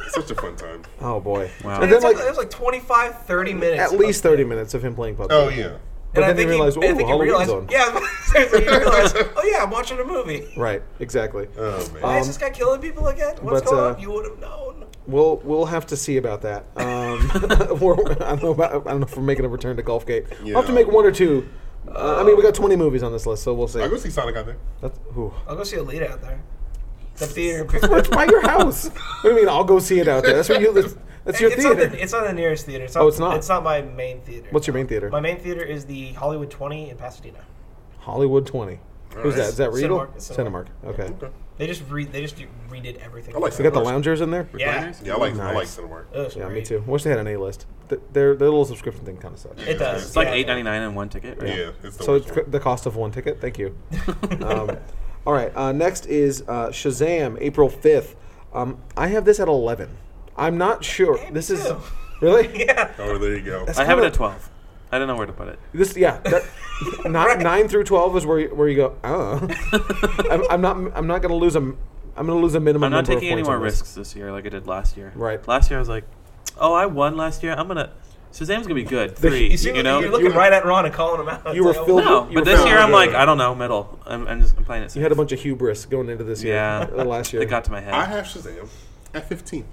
such a fun time.
Oh boy.
Wow.
And
It
then
took,
like
it was like 25, 30 minutes.
at least thirty minutes of him playing PUBG.
Oh yeah,
But
And I
then he
think
realized,
I
oh,
think he
Halloween's
realized-
on.
Yeah, seriously, he realized, oh yeah, I'm watching a movie.
Right. Exactly.
oh man.
Uh,
Why is this guy killing people again? What's
Um, but,
going
uh,
on? You would have known.
We'll we'll have to see about that. Um, we're, I don't know. About, I don't know if we're making a return to Golf Gate. We'll have to
Yeah.
make one or two. Uh, I mean, we got 20 movies on this list, so we'll see.
I go see Sonic out there.
That's, ooh.
I'll go see Alita out there. The theater.
That's by your house. What do you mean? I'll go see it out there. That's where you. That's, that's your
it's
theater.
Not the, it's not the nearest theater. It's not,
Oh, it's not?
It's not my main theater.
What's your main theater?
My main theater is the Hollywood 20 in Pasadena.
Hollywood 20. Who's that? Is that Regal?
Cinemark. It's Cinemark.
Okay.
They just re they just redid everything.
I like
We got the
Cinemark.
loungers in there.
Yeah.
Recliners?
Yeah, I like I like
Nice.
Cinemark.
It was
Yeah, me
great.
too. Wish they had an A list. Th- their their little subscription thing kind of sucks.
It does.
It's like
yeah.
eight ninety nine and one ticket. Right?
Yeah, it's the
So
worst
it's c-
one.
the cost of one ticket. Thank you. um, all right. Uh, next is uh, Shazam, April fifth. Um, I have this at eleven. I'm not sure.
me
this is
too.
really
Yeah.
Oh, there you go.
I have it
kinda-
at twelve. I don't know where to put it.
this. Yeah, that, not nine through twelve is where you, where you go. Uh, I'm, I'm not. I'm not gonna lose a. m- I'm gonna lose a minimum.
I'm not
number of
taking any
points on
more
this.
risks this year like I did last year.
Right.
Last year I was like, oh, I won last year. I'm gonna Shazam's gonna be good. Three.
You
You,
see, you
know.
are looking right at Ron and calling him out.
You were
It's like, oh,
filled-
no,
you
but
were
this
feeling
year I'm
good.
like I don't know middle. I'm, I'm just complaining.
You had a bunch of hubris going into this year.
yeah.
uh, last year.
It got to my head.
I have Shazam at 15.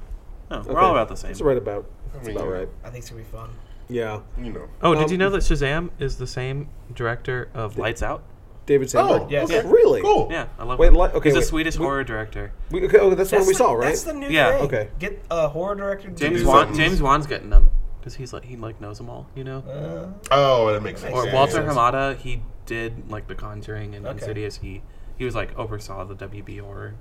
no, we're
Okay.
all about the same.
That's right about. That's
I mean,
about right.
I think it's gonna be fun.
Yeah.
You know.
Oh, did
Um,
you know that Shazam is the same director of Lights Out?
David Sandberg.
Oh,
yes.
okay.
Really?
Cool.
Yeah, I love.
Wait,
him.
li- okay,
He's a
wait.
Swedish
We-
horror director.
We, okay, oh, that's the one we
the,
saw, right?
That's the new
Yeah.
thing.
Okay.
Get a horror director. to
James
do
Wan.
something.
James Wan's getting them because he's like he like knows them all. You know.
Uh,
Oh, that makes sense.
Or
Yeah,
Walter
yeah.
Hamada, he did like The Conjuring and
Okay.
Insidious. He he was like oversaw the WB horror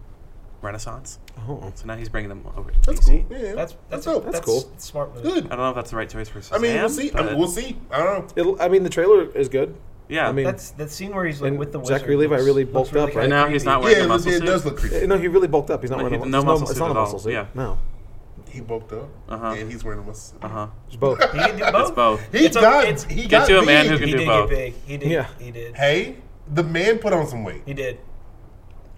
renaissance.
Oh.
So now he's bringing them over to
That's
DC.
cool. Yeah, yeah.
that's that's
dope.
that's,
cool.
Smart move.
good.
I don't know if that's the right choice for Shazam.
I mean, we'll see. I mean,
but-
we'll see. I don't know.
It'll, I mean, the trailer is good.
yeah,
I mean,
That's that scene where he's like
And
with the wizard.
Zachary Levi
looks-
really
looks
bulked up,
kinda
right?
And now he's
creepy.
not
Yeah,
wearing a
it,
muscle
it
suit.
does look creepy.
Uh, No, he really bulked up. He's not
No,
wearing a
he-
muscle
no
it's
muscle
It's
suit
not a
at all.
muscle suit.
Yeah.
No,
He bulked up,
Uh-huh.
and he's wearing a muscle.
Uh huh.
it's both.
He can do both.
It's both.
He
It's a-
got.
it's-
he
Get
got
you a man
big.
who can
He
do
did
both.
get big. He did.
Yeah.
He did.
Hey, the man put on some weight,
He did.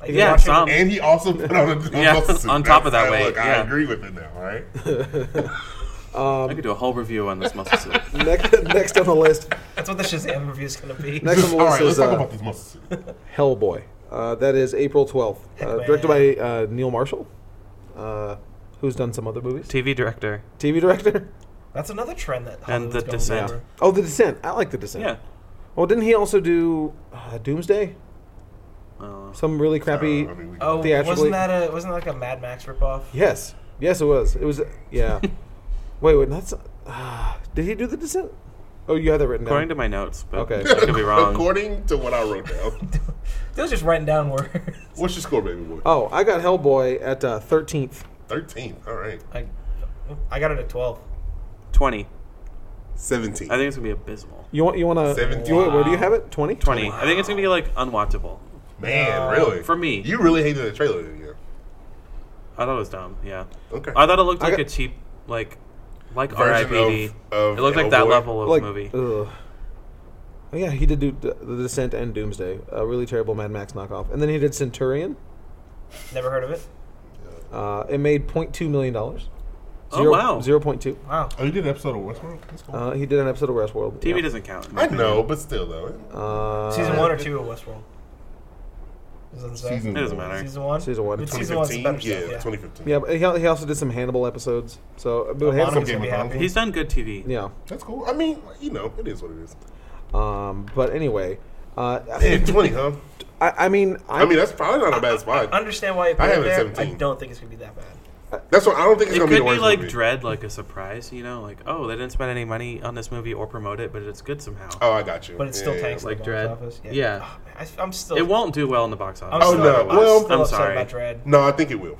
Like,
Yeah,
watching-
some-
and he also put on a a
Yeah,
muscle suit.
on top of that
That's-
weight,
Look,
yeah.
I agree with it now. All right. um,
I could do a whole review on this muscle suit.
next, next on the list.
That's what the Shazam review is gonna be.
Next on the
All
list
right. Let's
is
talk
uh,
about this muscle suit.
Hellboy. Uh, that is April twelfth. Uh,
Heckman.
directed by uh, Neil Marshall, uh, who's done some other movies.
TV director.
TV director.
That's another trend that Hollywood's
And The
going
Descent.
over.
Oh, The Descent. I like The Descent.
Yeah.
Well, didn't he also do uh, Doomsday?
Uh,
Some really crappy.
Uh, I mean, we-
Oh,
Theatrically-
wasn't that a wasn't that like a Mad Max ripoff?
Yes. Yes, it was. It was. Yeah. wait, wait. That's. Uh, did he do The Descent? Oh, you had that written
according to
down.
my notes, but
Okay.
I could be wrong.
According to what I wrote down.
They was just writing down words.
What's your score, baby boy?
oh, I got Hellboy at uh, 13th.
13. All right.
I, I got it at twelve.
Twenty.
17.
I think it's gonna be abysmal.
You want? You want to? You,
Seventeen.
where do you have it? 20?
Twenty. I think it's gonna be like unwatchable.
Man,
No.
really?
uh, For me.
You really hated the trailer, didn't you?
I thought it was dumb. Yeah.
Okay.
I thought it looked
I
like
got-
a cheap, like, like
Version
RIPD.
of- of
it looked like that
Hellboy. uh,
level of
Like.
movie.
Ugh. Oh, yeah, he did do D- The Descent and Doomsday, a really terrible Mad Max knockoff, and then he did Centurion.
Never heard of it.
Uh, it made 0.2 million dollars.
Oh, wow.
Zero point two.
Wow.
Oh, you did an episode of Westworld? That's cool.
Uh, he did an episode of Westworld.
TV
yeah.
doesn't count. in my
I
opinion.
know, but still, though.
Uh,
Season one or two of Westworld. Is that the same?
Season
It doesn't
one.
matter.
Season one.
Season one.
But Season one's the
2015?
better
Yeah,
stuff. Yeah.
2015.
Yeah, but he, he also did some Hannibal episodes. So, but
Monica-
Hannibal,
gonna be happy.
He's done good TV.
yeah.
That's cool. I mean, you know, it is what it is.
Um, but anyway, Uh,
Yeah, twenty, huh?
I, I mean, I,
I mean, that's probably not a bad spot.
Understand why you put
I
it
have it at
there?
17.
I don't think it's gonna be that bad.
That's what I don't think it's
It
gonna
could
be
be
the worst
like
movie.
Dread, like a surprise, you know, like oh, they didn't spend any money on this movie or promote it, but it's good somehow.
oh, I got you.
But it still
Yeah, yeah,
tanks
yeah.
Like
like the
Dread.
box office.
Yeah.
Oh, man, I, am still.
It won't do well in the box
I'm
office.
Oh,
still,
no.
I'm
Well-
still
I'm
upset
sorry.
About Dread.
No, I think it will.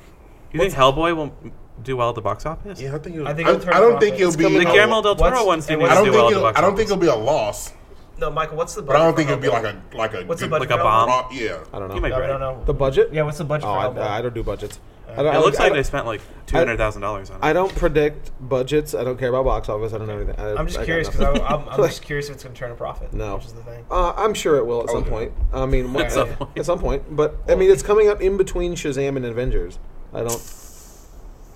You think Hellboy will do well at the box office?
Yeah, I think it will. I,
I think
I,
it'll turn
don't
profit.
think it'll
It's
be.
The
a-
Guillermo del
What's-
Toro one's
and
didn't
what's-
I don't
even do
think
well at the
it'll,
box
I don't think
office.
it'll be a loss,
No, Michael, what's the budget?
but I don't think
for
it'll be
Hellboy?
like a like a
What's the
good-
budget
Like a
for
bomb.
Rob- yeah.
I don't know.
You might
Hellboy?
be
No,
right.
no, no.
the budget?
Yeah, what's the budget
Oh,
for
I,
Hellboy?
I don't do budgets. I
It
don't,
looks
I,
like
don't-
they spent like two hundred thousand dollars on it.
I don't predict budgets. I don't care about box office. I don't know anything. I,
I'm just
I got
curious
nothing.
because I'm, I'm just curious if it's going to turn a profit.
No.
which is the thing.
Uh, I'm sure it will at some
yeah.
point. I mean, what-
At some point.
At some point. But I mean, it's coming up in between Shazam and Avengers. I don't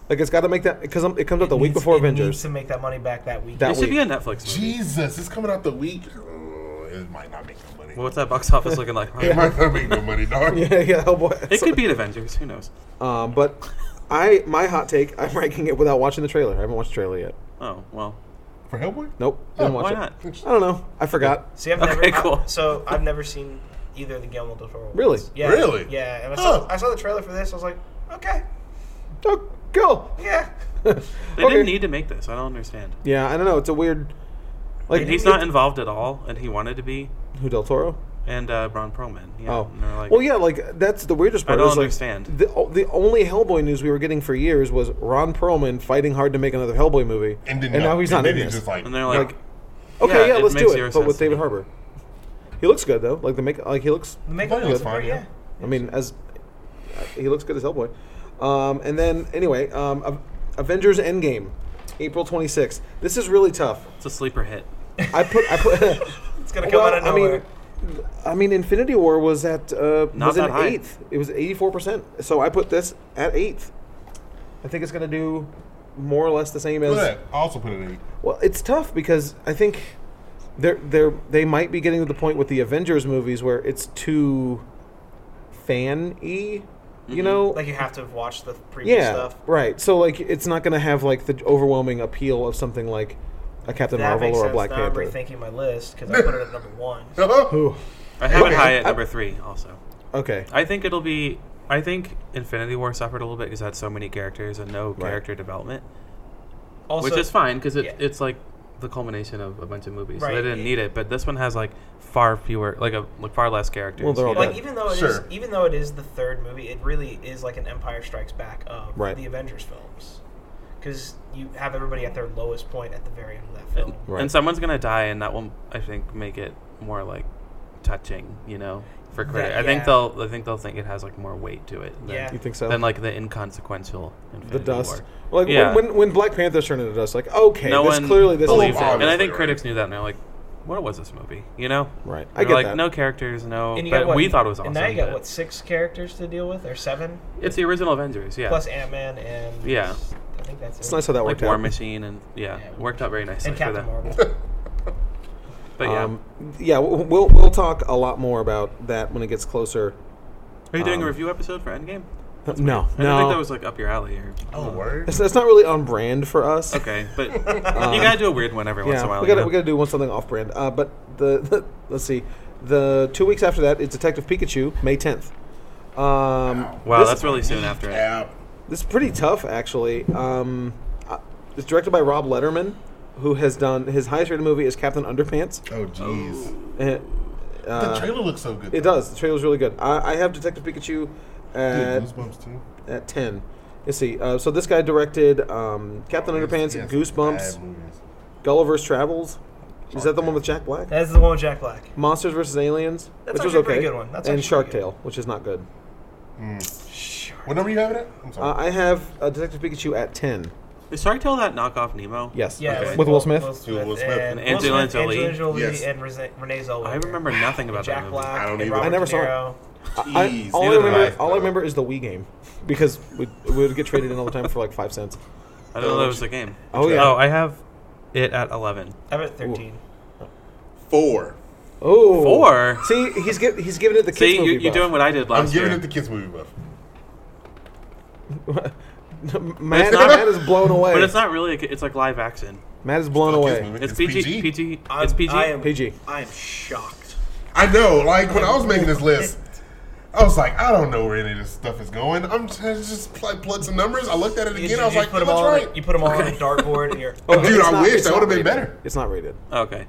like. It's got to make that because it comes out the week
Needs-
before
it needs
Avengers.
to make that money back that week.
That
It should
week.
be a Netflix movie.
Jesus, it's coming out the week. Oh, it might not make no money.
Well, what's that box office looking like?
It might not make no money, dog.
yeah, yeah. Oh boy.
It could be an Avengers. Who knows?
Um, but I, my hot take. I'm ranking it without watching the trailer. I haven't watched the trailer yet.
Oh well.
For Hellboy?
Nope. Didn't
Oh,
watch
why
it.
not?
I don't know. I forgot.
See, I've
Okay,
never, I-
cool.
so I've never seen either of the Guillermo del Toro. ones.
Really?
Yeah.
Really?
Yeah. And I saw,
Huh.
I saw the trailer for this. I was like, okay,
Oh, go.
yeah.
They
Okay.
didn't need to make this. I don't understand.
Yeah, I don't know. It's a weird. Like
And he's not involved at all, and he wanted to be.
who Del Toro.
And uh, Ron Perlman. Yeah.
Oh,
And they're like,
well, yeah, like that's the weirdest part.
I don't
is, like,
understand.
the, o- the only Hellboy news we were getting for years was Ron Perlman fighting hard to make another Hellboy movie,
And, then
now he's not
and
in
then he's
this.
just like,
And they're like,
okay, yeah,
it
let's
makes
do
zero
it, but
sense
with
to
David
me.
Harbour. He looks good though. Like the make, like he looks.
The makeup
Hellboy was
looks
fine,
great.
yeah.
Yeah.
I mean, as he looks good as Hellboy. Um, and then anyway, um, Av- Avengers Endgame, April twenty sixth. This is really tough.
it's a sleeper hit.
I put I put.
It's gonna come
Well,
out of
I mean,
nowhere.
I mean, Infinity War was at uh,
Not
was
that
at
high.
eighth. It was eighty four percent. So I put this at eighth. I think it's going to do more or less the same
look
as.
at that. I also put it in.
Well, it's tough because I think they're they're they might be getting to the point with the Avengers movies where it's too fan y, you know.
Mm-hmm. like you have to have watched the previous
yeah,
stuff.
right. So like, it's not going to have like the overwhelming appeal of something like a Captain
That
Marvel
makes
or
sense.
a Black
now
Panther.
I'm rethinking my list because I put it at number one.
Ooh,
I have it
Okay.
high at
I-
number three. Also,
okay.
I think it'll be. I think Infinity War suffered a little bit because it had so many characters and no character development,
Also,
which is fine because it,
yeah.
it's like the culmination of a bunch of movies. So
Right.
they didn't need it, but this one has like far fewer, like a like far less characters.
Well, they're all
you know?
dead.
Like even though it is,
Sure.
even though it is the third movie, it really is like an Empire Strikes Back of
Right.
the Avengers films, because you have everybody at their lowest point at the very end of that film.
Right.
and someone's gonna die, and that will I think make it more like touching. You know, for credit. I think
yeah.
they'll I think theyeyll think it has like more weight to it. Than,
Yeah.
You think so?
Than like the inconsequential.
the
Infinity
dust.
War.
Like when-
Yeah.
when, when Black Panther's turned into dust, like okay,
no
this
one
clearly this
believed
is
it.
obviously
And I think
right.
critics knew that, and they're like, "What was this movie?" You know,
Right. I
They're
get
like,
that.
No characters, no.
And you
Oh, but
got what,
we thought it was awesome.
And now you got
but-
what six characters to deal with, or seven,
It's the original Avengers, yeah.
plus Ant Man and
Yeah.
I think that's
It's
it.
nice how that
like
worked
War
out.
Machine, and yeah,
Yeah.
worked out very nicely
and
for
Captain
them.
Marvel.
But yeah,
Um, yeah, w- we'll we'll talk a lot more about that when it gets closer.
are you doing
um,
a review episode for Endgame?
no,
I didn't think that
no,
was like up your alley. Or,
Oh, word.
that's, that's not really on brand for us.
okay, but you gotta do a weird one every once in a
Yeah,
while.
we gotta
you know?
we gotta do one something off brand. Uh, but the, the let's see, the two weeks after that is Detective Pikachu, May tenth. Um,
wow,
this-
that's really soon after it.
Yeah.
This is pretty tough, actually. Um, uh, it's directed by Rob Letterman, who has done his highest rated movie is Captain Underpants.
Oh, jeez.
Uh,
the trailer looks so good.
It does. The trailer's really good. I, I have Detective Pikachu
Dude,
at,
Goosebumps, too.
at 10. Let's see. Uh, so this guy directed um, Captain
Oh,
Underpants,
yes,
Goosebumps,
bad movies.
Gulliver's Travels. Is that the one with Jack Black?
That's the one with Jack Black.
Monsters vs. Aliens,
That's
which was
actually a pretty
okay.
good one. That's
and
actually
Shark
pretty good.
Tale, which is not good.
Hmm. What number you have it at? I'm
Uh,
sorry.
I have uh, Detective Pikachu at 10.
Is Shark Tale that knockoff Nemo?
Yes.
Yeah,
Okay.
With Will Smith?
With Will Smith.
and
And
Will
Angelina
Smith,
Jolie.
Angelina Jolie,
Yes.
and Rene, Renee Zellweger.
I remember nothing about that
Jack
movie.
Black.
I don't
and
either.
Robert
I never
De
saw it.
Nero.
I,
Jeez,
all, I
neither did
remember,
I.
all I remember is the Wii game because we we would get traded in all the time for like five cents.
I don't know that was a game.
Oh, yeah.
Oh, I have it at eleven.
I'm at 13.
Four.
Oh,
Four?
See, he's gi- he's giving it the kids
See, you,
movie
you're doing what I did
I'm
last
giving
year.
it the kids movie buff.
doing. Matt,
It's not-
Matt is blown away.
but it's not really. A, ki- it's like live action.
Matt is blown
It's a Oh, kids
away.
movie.
It's,
It's
PG.
PG.
PG.
I'm-
It's PG.
I am,
PG.
I am shocked.
I know. Like when I was making this list, I was like, I don't know where any of this stuff is going. I'm just, just like plug some numbers. I looked at it again. I was like,
put them
that's
all on
right.
a- you put them all on a dartboard and you're
Oh, dude,
It's
I
not-
wish
it's
that
not
would have been
rated.
better.
It's not rated.
Okay.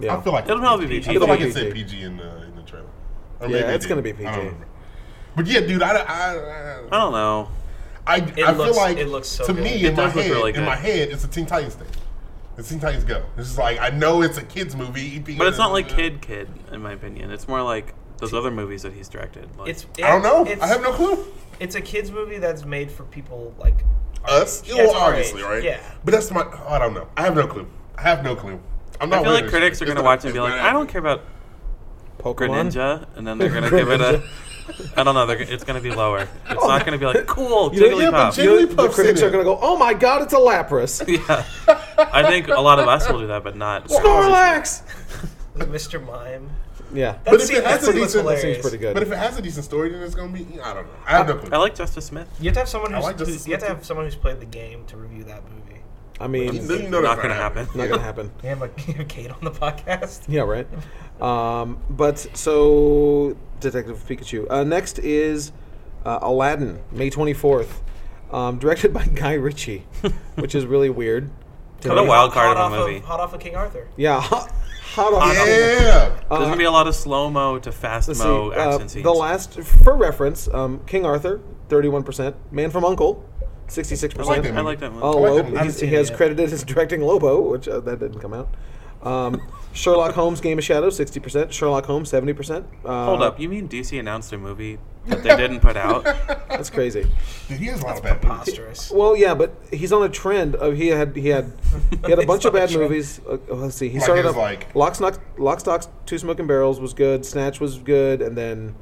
Yeah.
I feel like
It'll probably be
I feel like it
PG.
said PG in the in the trailer. Or
Yeah,
it
it's
did.
gonna be PG.
I don't remember. But yeah, dude, I I
I don't know.
I, I, I
looks-
feel like
it looks so
to
good.
me
It
in my
does look
head
really
in my
good.
head it's a Teen Titans thing. It's Teen Titans Go. It's just like I know it's a kids movie,
But it's not like Kid Kid, in my opinion. It's more like those other movies that he's directed. Like,
it's
I don't know.
it's,
I have no clue.
it's a kids movie that's made for people like our
Us,
age.
yeah,
Yeah, it's
well,
our
obviously,
age.
right?
Yeah.
But that's my. Oh, I don't know. I have no clue. I have no clue. I'm not.
I feel
weird
like
as
critics are
shit.
going to
It's not-
watch it and
it's
be
not
like, I
accurate.
don't care about
Pokemon.
Greninja, and then they're going to give it a. I don't know. They're, gonna- it's going to be lower. It's not going to be like, cool,
You know, yeah,
Jigglypuff.
but
You know, the
Jigglypuff's
critics
in
are
it.
going to go, "Oh my God, it's a Lapras."
Yeah. I think a lot of us will do that, but not.
Snorlax.
Mr. Mime.
Yeah.
That,
if
scene,
it has
that
a
scene looks
decent- that
seems
hilarious.
pretty good.
But if it has a decent story, then it's going to be. I don't know. I have no clue.
I like Justice Smith.
You have to have someone
I
who's,
like
who-
Justice
you have to
League.
have someone who's played the game to review that movie.
I
You
mean,
know- you know
not
that's
gonna happen.
not going to happen.
Yeah, like Kate on the podcast.
Yeah, right. Um, but so Detective Pikachu. Uh, next is uh, Aladdin, May twenty fourth, um, directed by Guy Ritchie, which is really weird. to
What a
me.
wild card
hot
of a
off
movie.
Of, hot off of King Arthur.
Yeah, hot, hot off.
Yeah.
There's gonna be a lot of slow mo to fast
uh, Let's see,
mo
uh,
action scenes.
the last, for reference, um, King Arthur, thirty-one percent. Man from Uncle, sixty-six
I like,
percent.
that
I like that movie.
Oh,
like
Loeb.
them. I
he's-
haven't
he has
seen it yet.
credited as directing Lobo, which uh, that didn't come out. Um, Sherlock Holmes, Game of Shadows, sixty percent. Sherlock Holmes, seventy percent. Uh,
Hold up, you mean DC announced a movie that they didn't put out?
that's crazy.
Dude, he has a lot of bad movies.
Preposterous.
Well, yeah, but he's on a trend of he had he had he had a
He's
bunch of
on a
bad
trend.
movies. Uh, let's see, he
Like
started
his,
off
like-
Lock, Stock, Lock, Stock, Two Smoking Barrels was good. Snatch was good, and then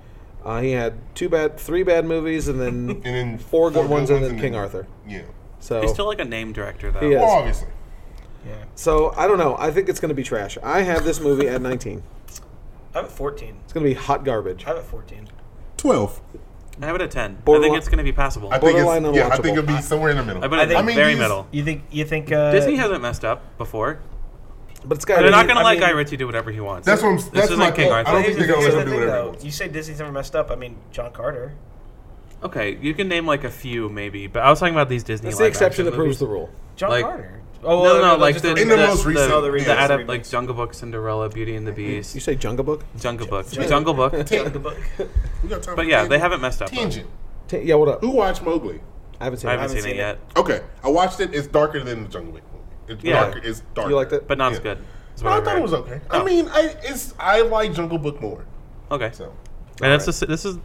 uh, he had two bad, three bad movies, and then
And then
four good ones, and then King Arthur.
Yeah.
So
He's still like a name director though.
Oh. He is.
Well, obviously.
Yeah.
so I don't know. I think it's going to be trash. I have this movie at nineteen.
I have it 14.
It's going to be hot garbage.
I have it 14.
12.
I have it at ten. I think
Borderline-
it's gonna be passable.
I
I,
think
Borderline
it's, yeah, I think
unwatchable.
it'll be somewhere in the middle.
put it
I think-
in the very
these-
middle.
You think? You think? Uh,
Disney hasn't messed up before.
But it's got.
They're not gonna
I
let
mean,
Guy Ritchie do whatever he wants.
That's what I'm-
This
that's
isn't
my
King
point.
Arthur.
I don't think they're gonna
here's
let him
the
do
thing,
whatever he
though.
wants.
You say Disney's never messed up. I mean, John Carter.
Okay, you can name like a few maybe, but I was talking about these Disney.
It's the
live
exception
action
that proves
movies.
the rule.
John
Like-
Carter. Oh,
No, no, like
just
the,
In
remake.
the most
the,
recent-
the,
yeah,
the
it's
adapt-
remix.
like Jungle Book, Cinderella, Beauty and the Beast,
You say Jungle Book?
Jungle Book, Jungle Book.
the book.
We got time
But
for
yeah, they
tangent.
haven't messed up. though.
Tangent.
Ta- yeah. What up?
Who watched Mowgli?
I haven't seen.
I
it.
haven't seen,
seen
it
it.
yet,
Okay, I watched it. It's darker than the Jungle Book movie. It's
Yeah.
darker. It's darker.
You liked it?
but not as
Yeah.
good. is
No,
what
I thought
read.
it was okay.
Oh.
I mean, I it's I like Jungle Book more.
Okay.
So
And that's just, this is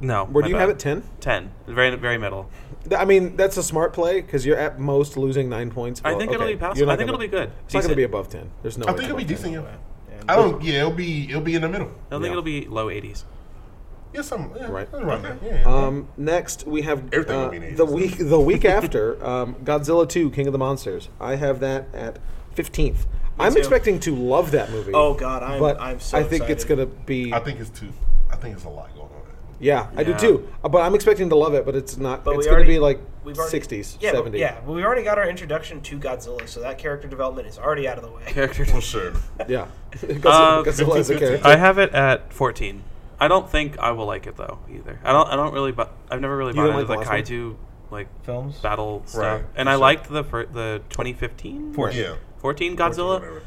no.
Where
my
do you
bad.
have it? Ten.
Ten, very very middle.
Th- I mean, that's a smart play because you're at most losing nine points.
I think it'll be passable.
You're not
I think
gonna-
it'll be good.
It's not going to
Decent.
be above ten. There's no.
I
way
think it'll be
above 10.
decent. Yeah.
And
I don't. Yeah, it'll be it'll be in the middle.
I think
Yeah.
it'll be low eighties.
Yeah, some yeah,
Right.
that's right. Yeah, yeah.
Um, next, we have
Everything
uh,
will be in
the
eighties.
week the week after um, Godzilla 2: King of the Monsters. I have that at fifteenth. I'm
too.
expecting to love that movie.
Oh, God, I'm-
but
I'm so
I think it's
excited.
gonna be.
I think it's too. I think it's a lot going on.
yeah, I do
Yeah.
too. Uh, But I'm expecting to love it. But it's not.
But
it's
we
gonna
already-
be like
we've already-
sixties,
yeah, but-
seventies.
Yeah, but we already got our introduction to Godzilla, so that character development is already out of the way.
Character.
For sure.
yeah.
Uh,
Godzilla, Godzilla is a
15,
character.
I have it at fourteen. I don't think I will like it though either. I don't. I don't really. Bu- I've never really
You
bought
don't
into
like
the
the last
kaiju like
Films.
battle stuff,
Right,
and
for
I
sure.
liked the fir- the 2015
Fourteen.
Yeah.
14 Godzilla,
whatever.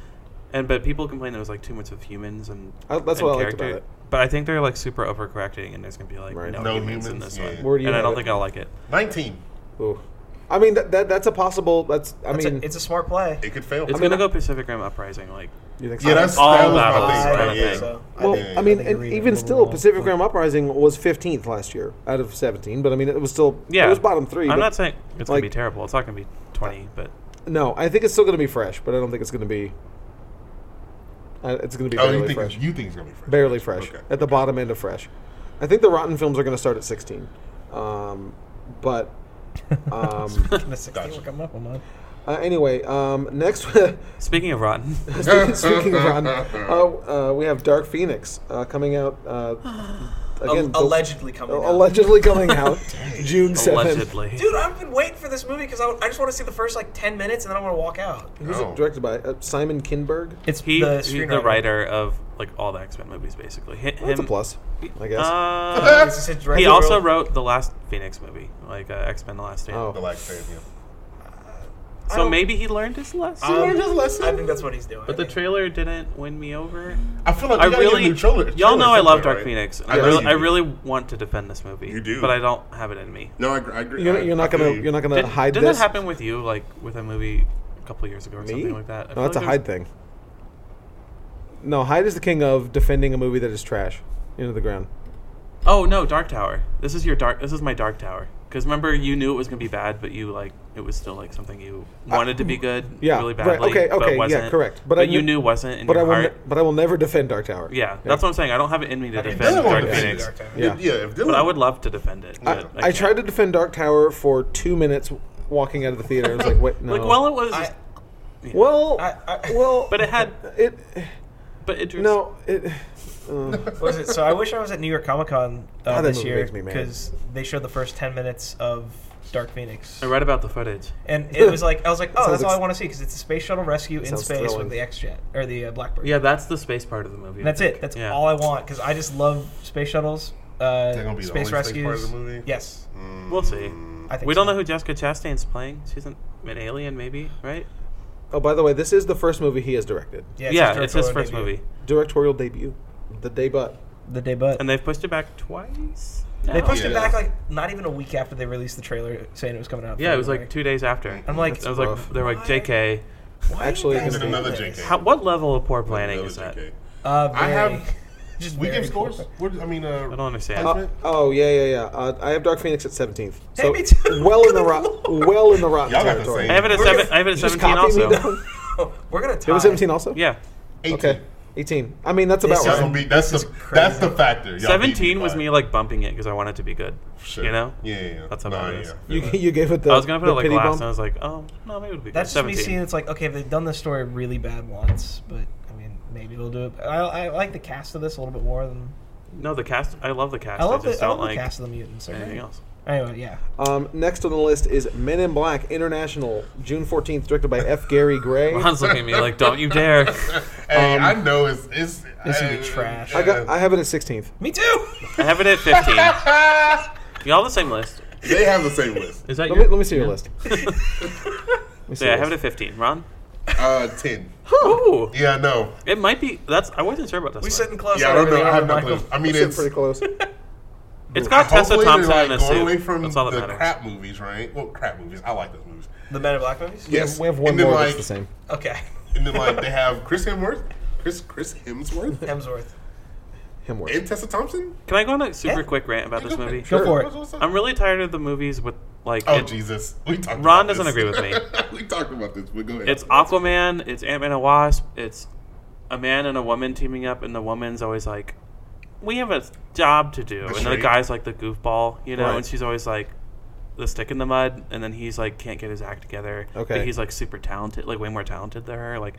and but people complained there was like too much of humans and
I- Uh, that's
and
what I liked about it.
But I think they're like super overcorrecting, and there's gonna be like
Right.
no,
No
humans, in
humans,
this
yeah.
one,
Where do you
and I
have
don't
it?
think I'll like it.
Nineteen.
Ooh. I mean that, that that's a possible. That's I
It's,
mean
a, it's a smart play.
It could fail.
It's
mean,
gonna
I-
go Pacific Rim Uprising, like
you think so?
yeah, that's
all
that was
battles
my thing.
Uh,
kind
Right?
of
Yeah. Oh,
thing.
Well,
think-
I mean,
I think
and
agreed
even still,
overall,
Pacific
but-
Rim Uprising was 15th last year out of 17, but I mean, it was still
yeah,
it was bottom three. but-
I'm not saying it's
like-
gonna be terrible. It's not gonna be 20, but
No, I think it's still going to be fresh, but I don't think it's going to be. Uh, it's going to be
Oh,
barely
you think
fresh,
you think it's gonna be fresh?
barely fresh
Okay.
at the bottom end of fresh. I think the rotten films are going to start at 16, um, but um,
The 16
Gotcha.
we're coming up on mine.
uh, anyway, um, next
speaking of rotten,
Speaking of Ron, uh, uh, we have Dark Phoenix uh, coming out uh, again,
Al-
the- uh,
allegedly coming. out.
allegedly coming out June seventh.
Allegedly.
Dude, I've been waiting for this movie because I, I just want to see the first like ten minutes and then I want to walk out.
Who's
Oh.
it directed by? Uh, Simon Kinberg.
It's
he,
the
he's the
screenwriter.
writer of like all the X Men movies, basically. Hi- Him,
That's a plus, I guess.
Uh,
It's just his
he
director.
also wrote the last Phoenix movie, like uh, X Men: The Last Stand.
Oh.
The Black Panther.
I
So
don't-
maybe he learned his lesson.
Oh. Um,
just listen.
I think that's what he's doing.
but the trailer didn't win me over.
I feel like
I
we gotta get a
really,
new trailer-
y'all
trailer
know I
at some
love
point,
Dark
right?
Phoenix. and
I
I,
know
really,
you
I
do.
really want to defend this movie.
You do.
but I don't have it in me.
No, I, agree- I agree.
you're,
I-
not- you're
I
not gonna
feel you.
you're not gonna
Did,
hide
didn't
this.
that happen with you, like with a movie a couple years ago or
Me?
something like that? I
No,
feel
that's
like
a
there's-
Hyde thing. No, Hyde is the king of defending a movie that is trash into the ground.
Oh no, Dark Tower. This is your dark. This is my Dark Tower. Because remember, you knew it was gonna be bad, but you like it was still like something you wanted to be good,
Uh, yeah,
really
right,
badly.
okay, okay,
but
yeah,
wasn't,
correct. But
But,
I
you
knew-
knew wasn't in
But I
your
will.
heart.
Ne- but I will never defend Dark Tower.
yeah, that's what I'm saying. I don't have it in me to
I mean,
defend
Dylan wanted
Dark
to defend
Phoenix,
Dark Tower.
Yeah.
Yeah, if Dylan,
but I would love to defend it.
I,
But
I,
can't.
tried to defend Dark Tower for two minutes walking out of the theater. I was like, "Wait, no."
Like, well, it was,
I-
yeah.
well,
I- I-
well,
but it had,
it
but it drew
no it. uh,
What was it? So I wish I was at New York Comic Con uh,
God, that
this
movie
year
makes me mad.
because they showed the first ten minutes of Dark Phoenix,
I read about the footage.
and it was like I was like, oh,
Sounds
that's all I
ex-
want to see because it's a space shuttle rescue in
Sounds
space
thrilling.
with the X Jet or the uh, Blackbird.
Yeah, that's the space part of the movie. I
and that's
think.
it. That's
yeah.
all I want because I just love space shuttles. Uh,
that gonna be the
space
only space
rescues.
part of the movie?
Yes,
Mm.
We'll see.
I think
We don't
so.
know who Jessica Chastain's playing. She's an, an alien, maybe, right?
oh, by the way, this is the first movie he has directed.
Yeah, it's
yeah, it's his
directorial
first
debut.
movie,
Directorial debut, the debut.
The day, but
and they've pushed it back twice.
they
now?
pushed it
Yeah.
back like not even a week after they released the trailer saying it was coming out. in
Yeah, it was like
February.
two days after.
I'm like,
I was
rough.
like, they're like,
Why?
JK,
Why
actually,
did you
it's
guys
And
do
another
this?
JK.
how, what level of poor planning
Another
is that?
JK.
Uh,
I
very-
have-
just
We
very
give scores.
corporate.
We're just- I mean, uh,
I don't understand.
Uh,
Punishment?
oh yeah, yeah, yeah. Uh, I have Dark Phoenix at seventeenth.
Hey, me too.
Well in the
Good
rot,
lord.
well in the rotten
Y'all got the
territory.
I
same.
have it at
We're
seven.
gonna-
I have it at
You just
seventeen
copy me
also.
down?
We're gonna tie.
It was seventeen also.
Yeah,
18.
Okay, eighteen. I mean, that's about
This
Y'all
right.
gonna beat, Uh, that's
This
the
is
that's
crazy.
the factor. Y'all beat
seventeen
by
was me like bumping it because I wanted to be good.
Sure.
You know,
Yeah, yeah, yeah.
That's how
Nah,
bad it is.
yeah, I
You,
feel that.
you gave it the.
I was gonna put
the
it like
pity
last,
bump.
and I was like, oh no, maybe it would be
That's
good.
just me
seventeen.
seeing it's like okay, they've done this story really bad once, but I mean maybe they'll do it. I, I like the cast of this a little bit more than
No, the cast. I love the cast.
I
I,
love,
just
the, I
don't
love
like
the cast of the mutants. they're
anything
great.
else.
Anyway, yeah,
Um, next on the list is Men in Black International, June 14th, directed by F. Gary Gray.
Ron's looking at me like, don't you dare.
Hey, I know it's it's uh,
This would be
I-
trash.
I, got, I have it at 16th.
me too.
I have it at fifteen. Y'all the same list.
They have the same list.
Is that
Let
your?
me, let me see your list. Let me see
yeah, I
your
have it
list.
at fifteen. Ron.
Uh, ten.
Ooh,
Yeah, no.
it might be. That's. I wasn't sure about this.
We
one.
sitting close.
Yeah, I
on
don't know.
everything,
I have
aren't
no
we,
clue.
Michael?
I mean,
Shit,
it's
pretty close.
It's got Tessa
hopefully they're,
Thompson
like,
in a
going
suit.
away from
That's all that
the
matters.
crap movies, right? Well, crap movies. I like those movies.
The Men in Black movies.
Yes,
We have one
and then,
more
like,
that's the same.
Okay.
And then like they have Chris Hemsworth, Chris Chris Hemsworth,
Hemsworth.
Him worse.
and Tessa Thompson.
Can I go on a super
Yeah.
quick rant about this movie?
Go for it.
I'm really tired of the movies with like
Oh
it-
Jesus, we talked.
Ron
about
doesn't
this.
agree with me.
we talked about this. But go ahead.
it's Aquaman, it's Ant Man and Wasp, it's a man and a woman teaming up, and the woman's always like, "We have a job to do,"
The
and the
straight-
guy's like the goofball, you know,
Right.
and she's always like the stick in the mud, and then he's like can't get his act together.
Okay.
but he's like super talented, like way more talented than her, like.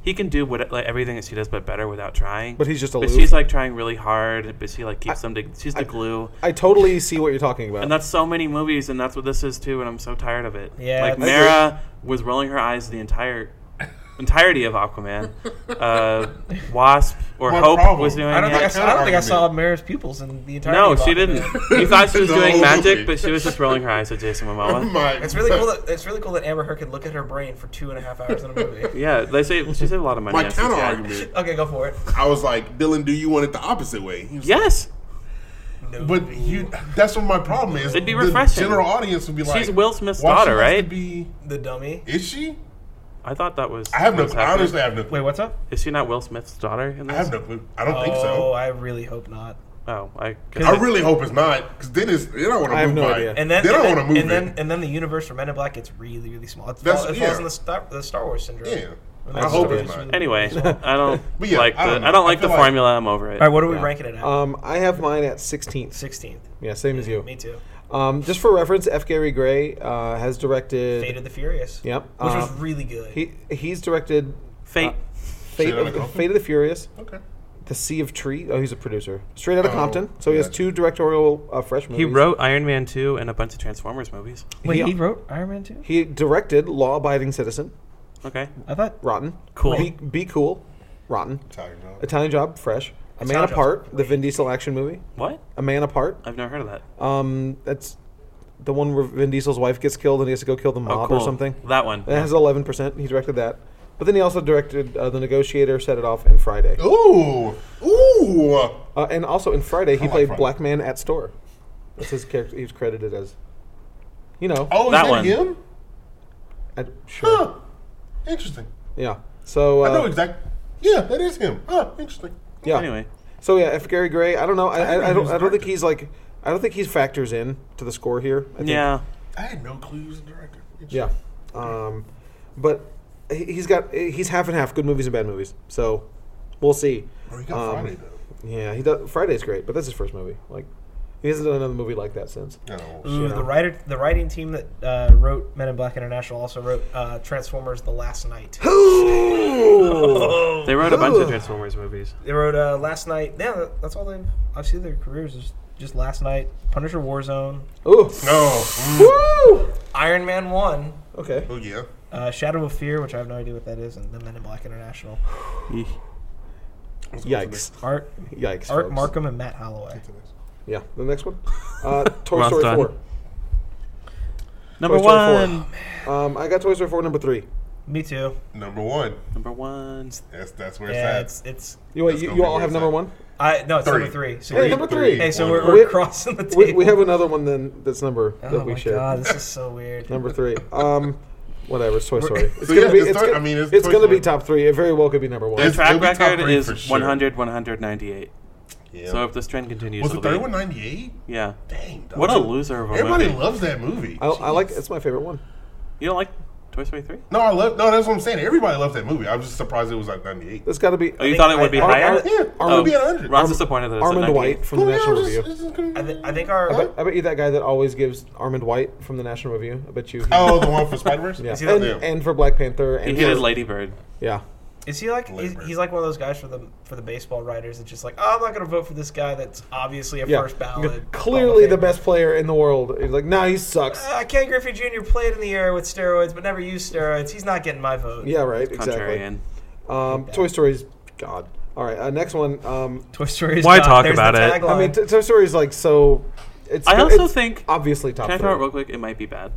He can do what like everything that she does, but better without trying.
But he's just
But
aloof.
she's like trying really hard. But she like keeps them. To, she's the glue.
I totally see what you're talking about.
And that's so many movies, and that's what this is too. And I'm so tired of it.
Yeah,
like
it's-
Mara was rolling her eyes the entire entirety of Aquaman. Uh, Wasp or
My
Hope
problem.
was doing
I don't think I,
it.
saw- I don't think I saw Mara's pupils in the entire.
no, she didn't. You thought she was
The whole
doing
movie.
magic, but she was just rolling her eyes at Jason Momoa.
Oh, My-
It's really cool. That, it's really cool that Amber Heard could look at her brain for two and a half hours in a movie.
Yeah, they say she saved a lot of money.
My
on
counter
CGI.
argument.
Okay, go for it.
I was like, Dylan, do you want it the opposite way? He was like,
Yes,
No.
But you, that's what my problem is.
It'd be refreshing.
The general audience would be like,
Will Smith's
why she
daughter,
has to
right?
Be,
the dummy.
is she?
I thought that was.
I have
what
no.
was
I
happening.
honestly have no.
Wait, what's up?
Is she not Will Smith's daughter in
I
this?
have no clue. I don't think
Oh,
so.
I really hope not.
Oh, I.
I really hope it's not, because then it's then I want to move.
I have no
my-
idea.
And then,
then I
and,
want to
then,
move.
and then,
it.
and then the universe for Men in Black gets really, really small. It,
That's-
fall, it
yeah.
falls in the Star, the Star Wars syndrome.
Yeah.
When
I
the
hope
story
it's
is
not.
really
Anyway,
small. All
I don't
But yeah,
like the.
I
I
don't
don't,
know. I
like the
feel like-
formula. I'm over it.
right, what are we
Yeah.
ranking it at?
um, I have mine at 16th.
16th.
Yeah, same as you.
Me too.
Um, just for reference, F. Gary Gray uh, has directed.
Fate of the Furious.
Yep.
Which was
uh,
really good.
he he's directed
Fate.
Fate
Shoot on
of,
a
the,
Dolphin?
Fate of the Furious,
Okay.
The Sea of Trees. Oh, he's a producer. Straight out of
Oh,
Compton. So he has
yeah.
two directorial uh, fresh movies.
He wrote Iron Man 2 and a bunch of Transformers movies.
Wait,
Yeah.
he wrote Iron Man 2?
He directed Law Abiding Citizen,
Okay.
I thought.
Rotten.
Cool.
Be, Be Cool, Rotten.
Italian dog.
Italian Job, Fresh. A Man
Italian Job's
Apart, the Vin Diesel action movie.
What?
A Man Apart.
I've never heard of that.
Um, that's the one where Vin Diesel's wife gets killed and he has to go
Oh,
kill the mob or something.
That one.
It has 11%. He directed that. But then he also directed uh, The Negotiator, Set It Off, and Friday.
Ooh, ooh. Oh,
Uh, and also in Friday, he
like
played
Friday.
Black Man at Store. That's his character. He was credited as, you know,
Oh, is
That
that,
one.
him?
at- sure.
Huh. Interesting.
Yeah. So uh,
I know exactly. Yeah, that is him. Huh. Interesting.
yeah.
Anyway,
So yeah, if Gary Gray, I don't know. I, I, I
he
don't.
was
I don't think
directed.
he's like. I don't think he factors in to the score here. I think,
yeah.
I had no clue he was a director. Interesting.
Yeah. Um, but he- he's got. He's half and half. Good movies and bad movies. So we'll see.
Bro, he got
Um,
Friday though.
Yeah. He does. Friday's great, but that's his first movie. Like, he hasn't done another movie like that since.
No.
Ooh,
Yeah.
the writer, the writing team that uh, wrote Men in Black International also wrote uh, Transformers: The Last Night.
Oh.
They wrote a bunch
Ugh.
of Transformers movies.
They wrote uh, Last Night. Yeah, that- that's all they've. I see their careers is just Last Night, Punisher: Warzone,
Ooh.
No. Mm.
Woo!
Iron Man One,
Okay.
Oh yeah.
uh, Shadow of Fear, which I have no idea what that is, and the Men in Black International.
Let's go to
Yikes.
Art,
Yikes.
Art
folks.
Markham, and Matt Holloway.
the next-
Yeah, the next one. Uh, Toy
Well
Story
done.
4.
Number
Toy Story
one.
4. Um, I got Toy Story 4 number 3.
Me too.
Number one.
Number one.
That's that's where
Yeah,
it's
it's it's.
You, wait,
That's
you,
gonna
you
be
all
where
have
it's
number
at.
1?
I no, it's
Three.
number three. So
Hey,
we-
number three.
Hey, so
one.
we're,
Well,
we're
we-
crossing the table.
We, we have another one then that's number
Oh
that we
my
share.
god, this is so weird.
Number 3. Um, whatever, it's Toy
We're-
Story. It's
So
going
yeah,
to be
it's
it's
Toy-
gonna,
I mean, it's
it's
Toy
gonna be
Story.
top 3. It very well could be number 1.
The
It's-
track
it'll be top
record
three
is
for sure.
100, 198.
Yeah.
So if this trend continues,
was
it'll
it
be-
thirty one ninety eight?
Yeah.
Dang. dog.
What a loser of a
Everybody
movie.
loves that movie.
I, I like
Jeez.
it's my favorite one.
You don't like Toy Story 3?
No, I love. No, that's what I'm saying. Everybody loves that movie. I was just surprised it was like ninety eight.
It's got to be
Oh, you
think
thought it
I-
would be
Ar-
higher? Oh.
Ar-
Yeah,
Arm-
it'll be
Um,
at hundred.
Ron's disappointed that it's
Armand
at
White
98.
from the National Review.
I, th- I think our
I bet, I bet you that guy that always gives Armand White from the National Review. I bet you. he-
Oh, the one for Spider Verse.
yeah.
Is he
and,
that-
and for Black Panther.
He
And for-
hated Lady Bird.
Yeah.
Is he like he's,
Labor.
he's like one of those guys for the for the baseball writers that's just like oh I'm not gonna vote for this guy that's obviously a
Yeah.
first ballot Hall
Clearly
of
the
Famer."
best player in the world. He's like, nah, he sucks.
Uh, Ken Griffey Jr. played in the air with steroids but never used steroids. He's not getting my vote.
Yeah, right. Exactly.
Contrarian.
Um, Toy Story's God. All right. Uh, next one. Um,
Toy Story. Is
Why
not-
talk
there's
about
the
it?
tagline.
I mean, t- Toy Story's like so. It's.
I
go-
also
it's
think-
obviously top
Can I
three.
throw it real quick? It might be bad.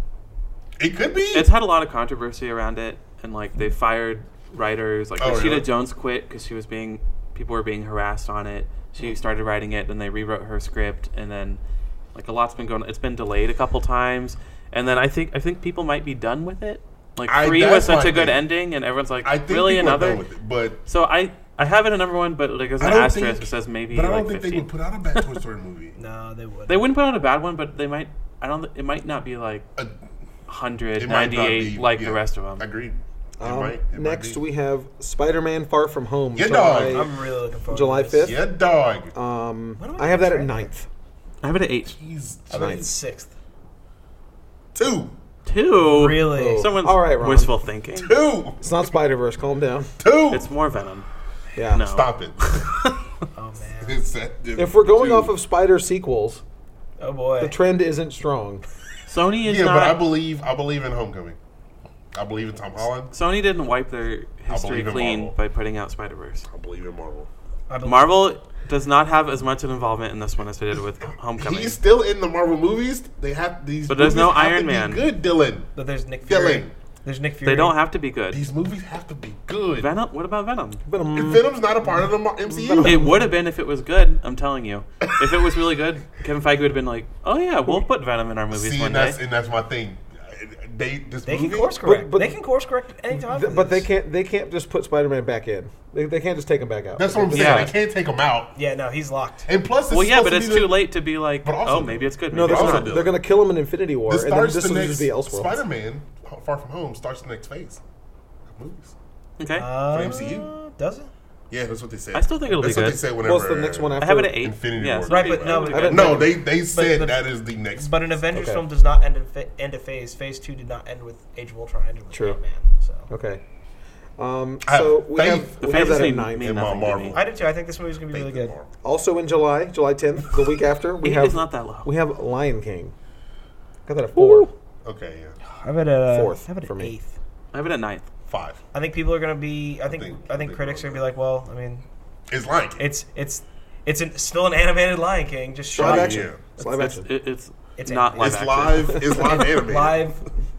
It could be.
It's had a lot of controversy around it, and like they fired writers. Like
Oh,
Rashida
really?
Jones quit because she was being people were being harassed on it.
Mm-hmm.
She started writing it, then they rewrote her script, and then like a lot's been going. It's been delayed a couple times, and then I think I think people might be done with it. Like
I-
three was
that's
such
my
a good
thing.
ending, and everyone's like,
I think
really
people are
another.
done with it, but
So I I have it in number one, but like there's an
I don't
asterisk
think-
that says maybe
but I don't
like
think
15.
they would put out a bad Toy Story movie.
no, they would.
They wouldn't put out a bad one, but they might. I don't. It might not be like
Uh, it might not
198
be-
like
yeah,
the rest of them.
Agreed. It
Um,
might- it might
next
be.
we have Spider-Man: Far From Home.
Yeah,
July-
dog.
I'm really looking forward.
July
to this.
5th?
Yeah, dog.
Um,
Why don't we
I have
do
that at
trailer?
ninth.
I have it at eight.
He's
I bet it's sixth.
two,
Two.
Really?
Oh.
Someone's
All right, Ron.
wistful thinking.
two,
It's not Spider Verse. Calm down.
two.
It's more Venom.
Yeah.
No.
Stop it.
Oh man.
It's that-
If we're going
two.
off of Spider sequels,
Oh boy.
the trend isn't strong.
Sony is
yeah,
not.
but I believe I believe in Homecoming. I believe in Tom Holland.
Sony didn't wipe their history
believe in
clean
Marvel.
by putting out Spider Verse.
I believe in Marvel.
I believe-
Marvel does not have as much involvement in this one as they did with Homecoming.
He's still in the Marvel movies. They have these.
But there's
movies
no
have
Iron
to be
Man.
Good, Dylan.
But there's Nick Fury.
Dylan.
There's Nick Fury.
They don't have to be good.
These movies have to be good.
Venom. What about Venom?
But um,
Venom's not a part of the Mar- MCU.
It would have been if it was good. I'm telling you. If it was really good, Kevin Feige would have been like, "Oh yeah, we'll put Venom in our movies
See, and
one day."
that's and that's my thing. They this
They can
movie-
course correct.
but-
they can course correct at any time.
th-
for
but they
this.
can't. They can't just put Spider-Man back in. They, they can't just take him back out.
That's what I'm saying.
Yeah.
They can't take him out.
Yeah, no, he's locked.
And plus, it's
Well, yeah,
supposed
but
to
it's
be the-
too late to be like,
But also-
"Oh, maybe it's good."
No,
Maybe
they're
it's
also
gonna,
not.
do
they're
it.
gonna kill him in Infinity War,
This
and then
starts
this
the
will
next
just be elsewhere.
Spider-Man Far From Home starts the next phase of movies
Okay.
Uh,
for MCU.
Does it?
Yeah, that's what they said.
I still think it'll be
that's
good.
what they said whenever.
What's the next one after?
I have it at eight.
Infinity
yeah,
War.
so
Right,
it'll
but
be-
no,
it'll be
I
good.
bet-
No, they they said
the-
that is the next.
But an Avengers
Okay.
film does not end in fa- end a phase. Phase two did not end with Age of Ultron. Ended with
True.
Ant Man. So
Okay. Um,
I have
so we
faith.
have,
The
we have
fans
that at
mean-
ninth.
mean
In my
nothing to
Marvel.
me.
I do too. I think this movie's gonna be really
Faith in
good.
Marvel.
Also in July, July 10th, the week after, we
It
have
is not that low.
we have Lion King. Got that at four.
Okay, yeah.
I've had a
Fourth
I've had an
for me.
uh, eighth.
I have it at ninth.
Five.
I think people are gonna be. I think I
think-
think,
I think
critics are
we'll-
gonna be like, well, I mean,
It's Lion King.
it's it's it's an, still an animated Lion King, just shot
Live
yeah.
action. It's live
It's,
action.
it- it's,
It's
not
animated.
It's
live action.
live. It's live animated.
live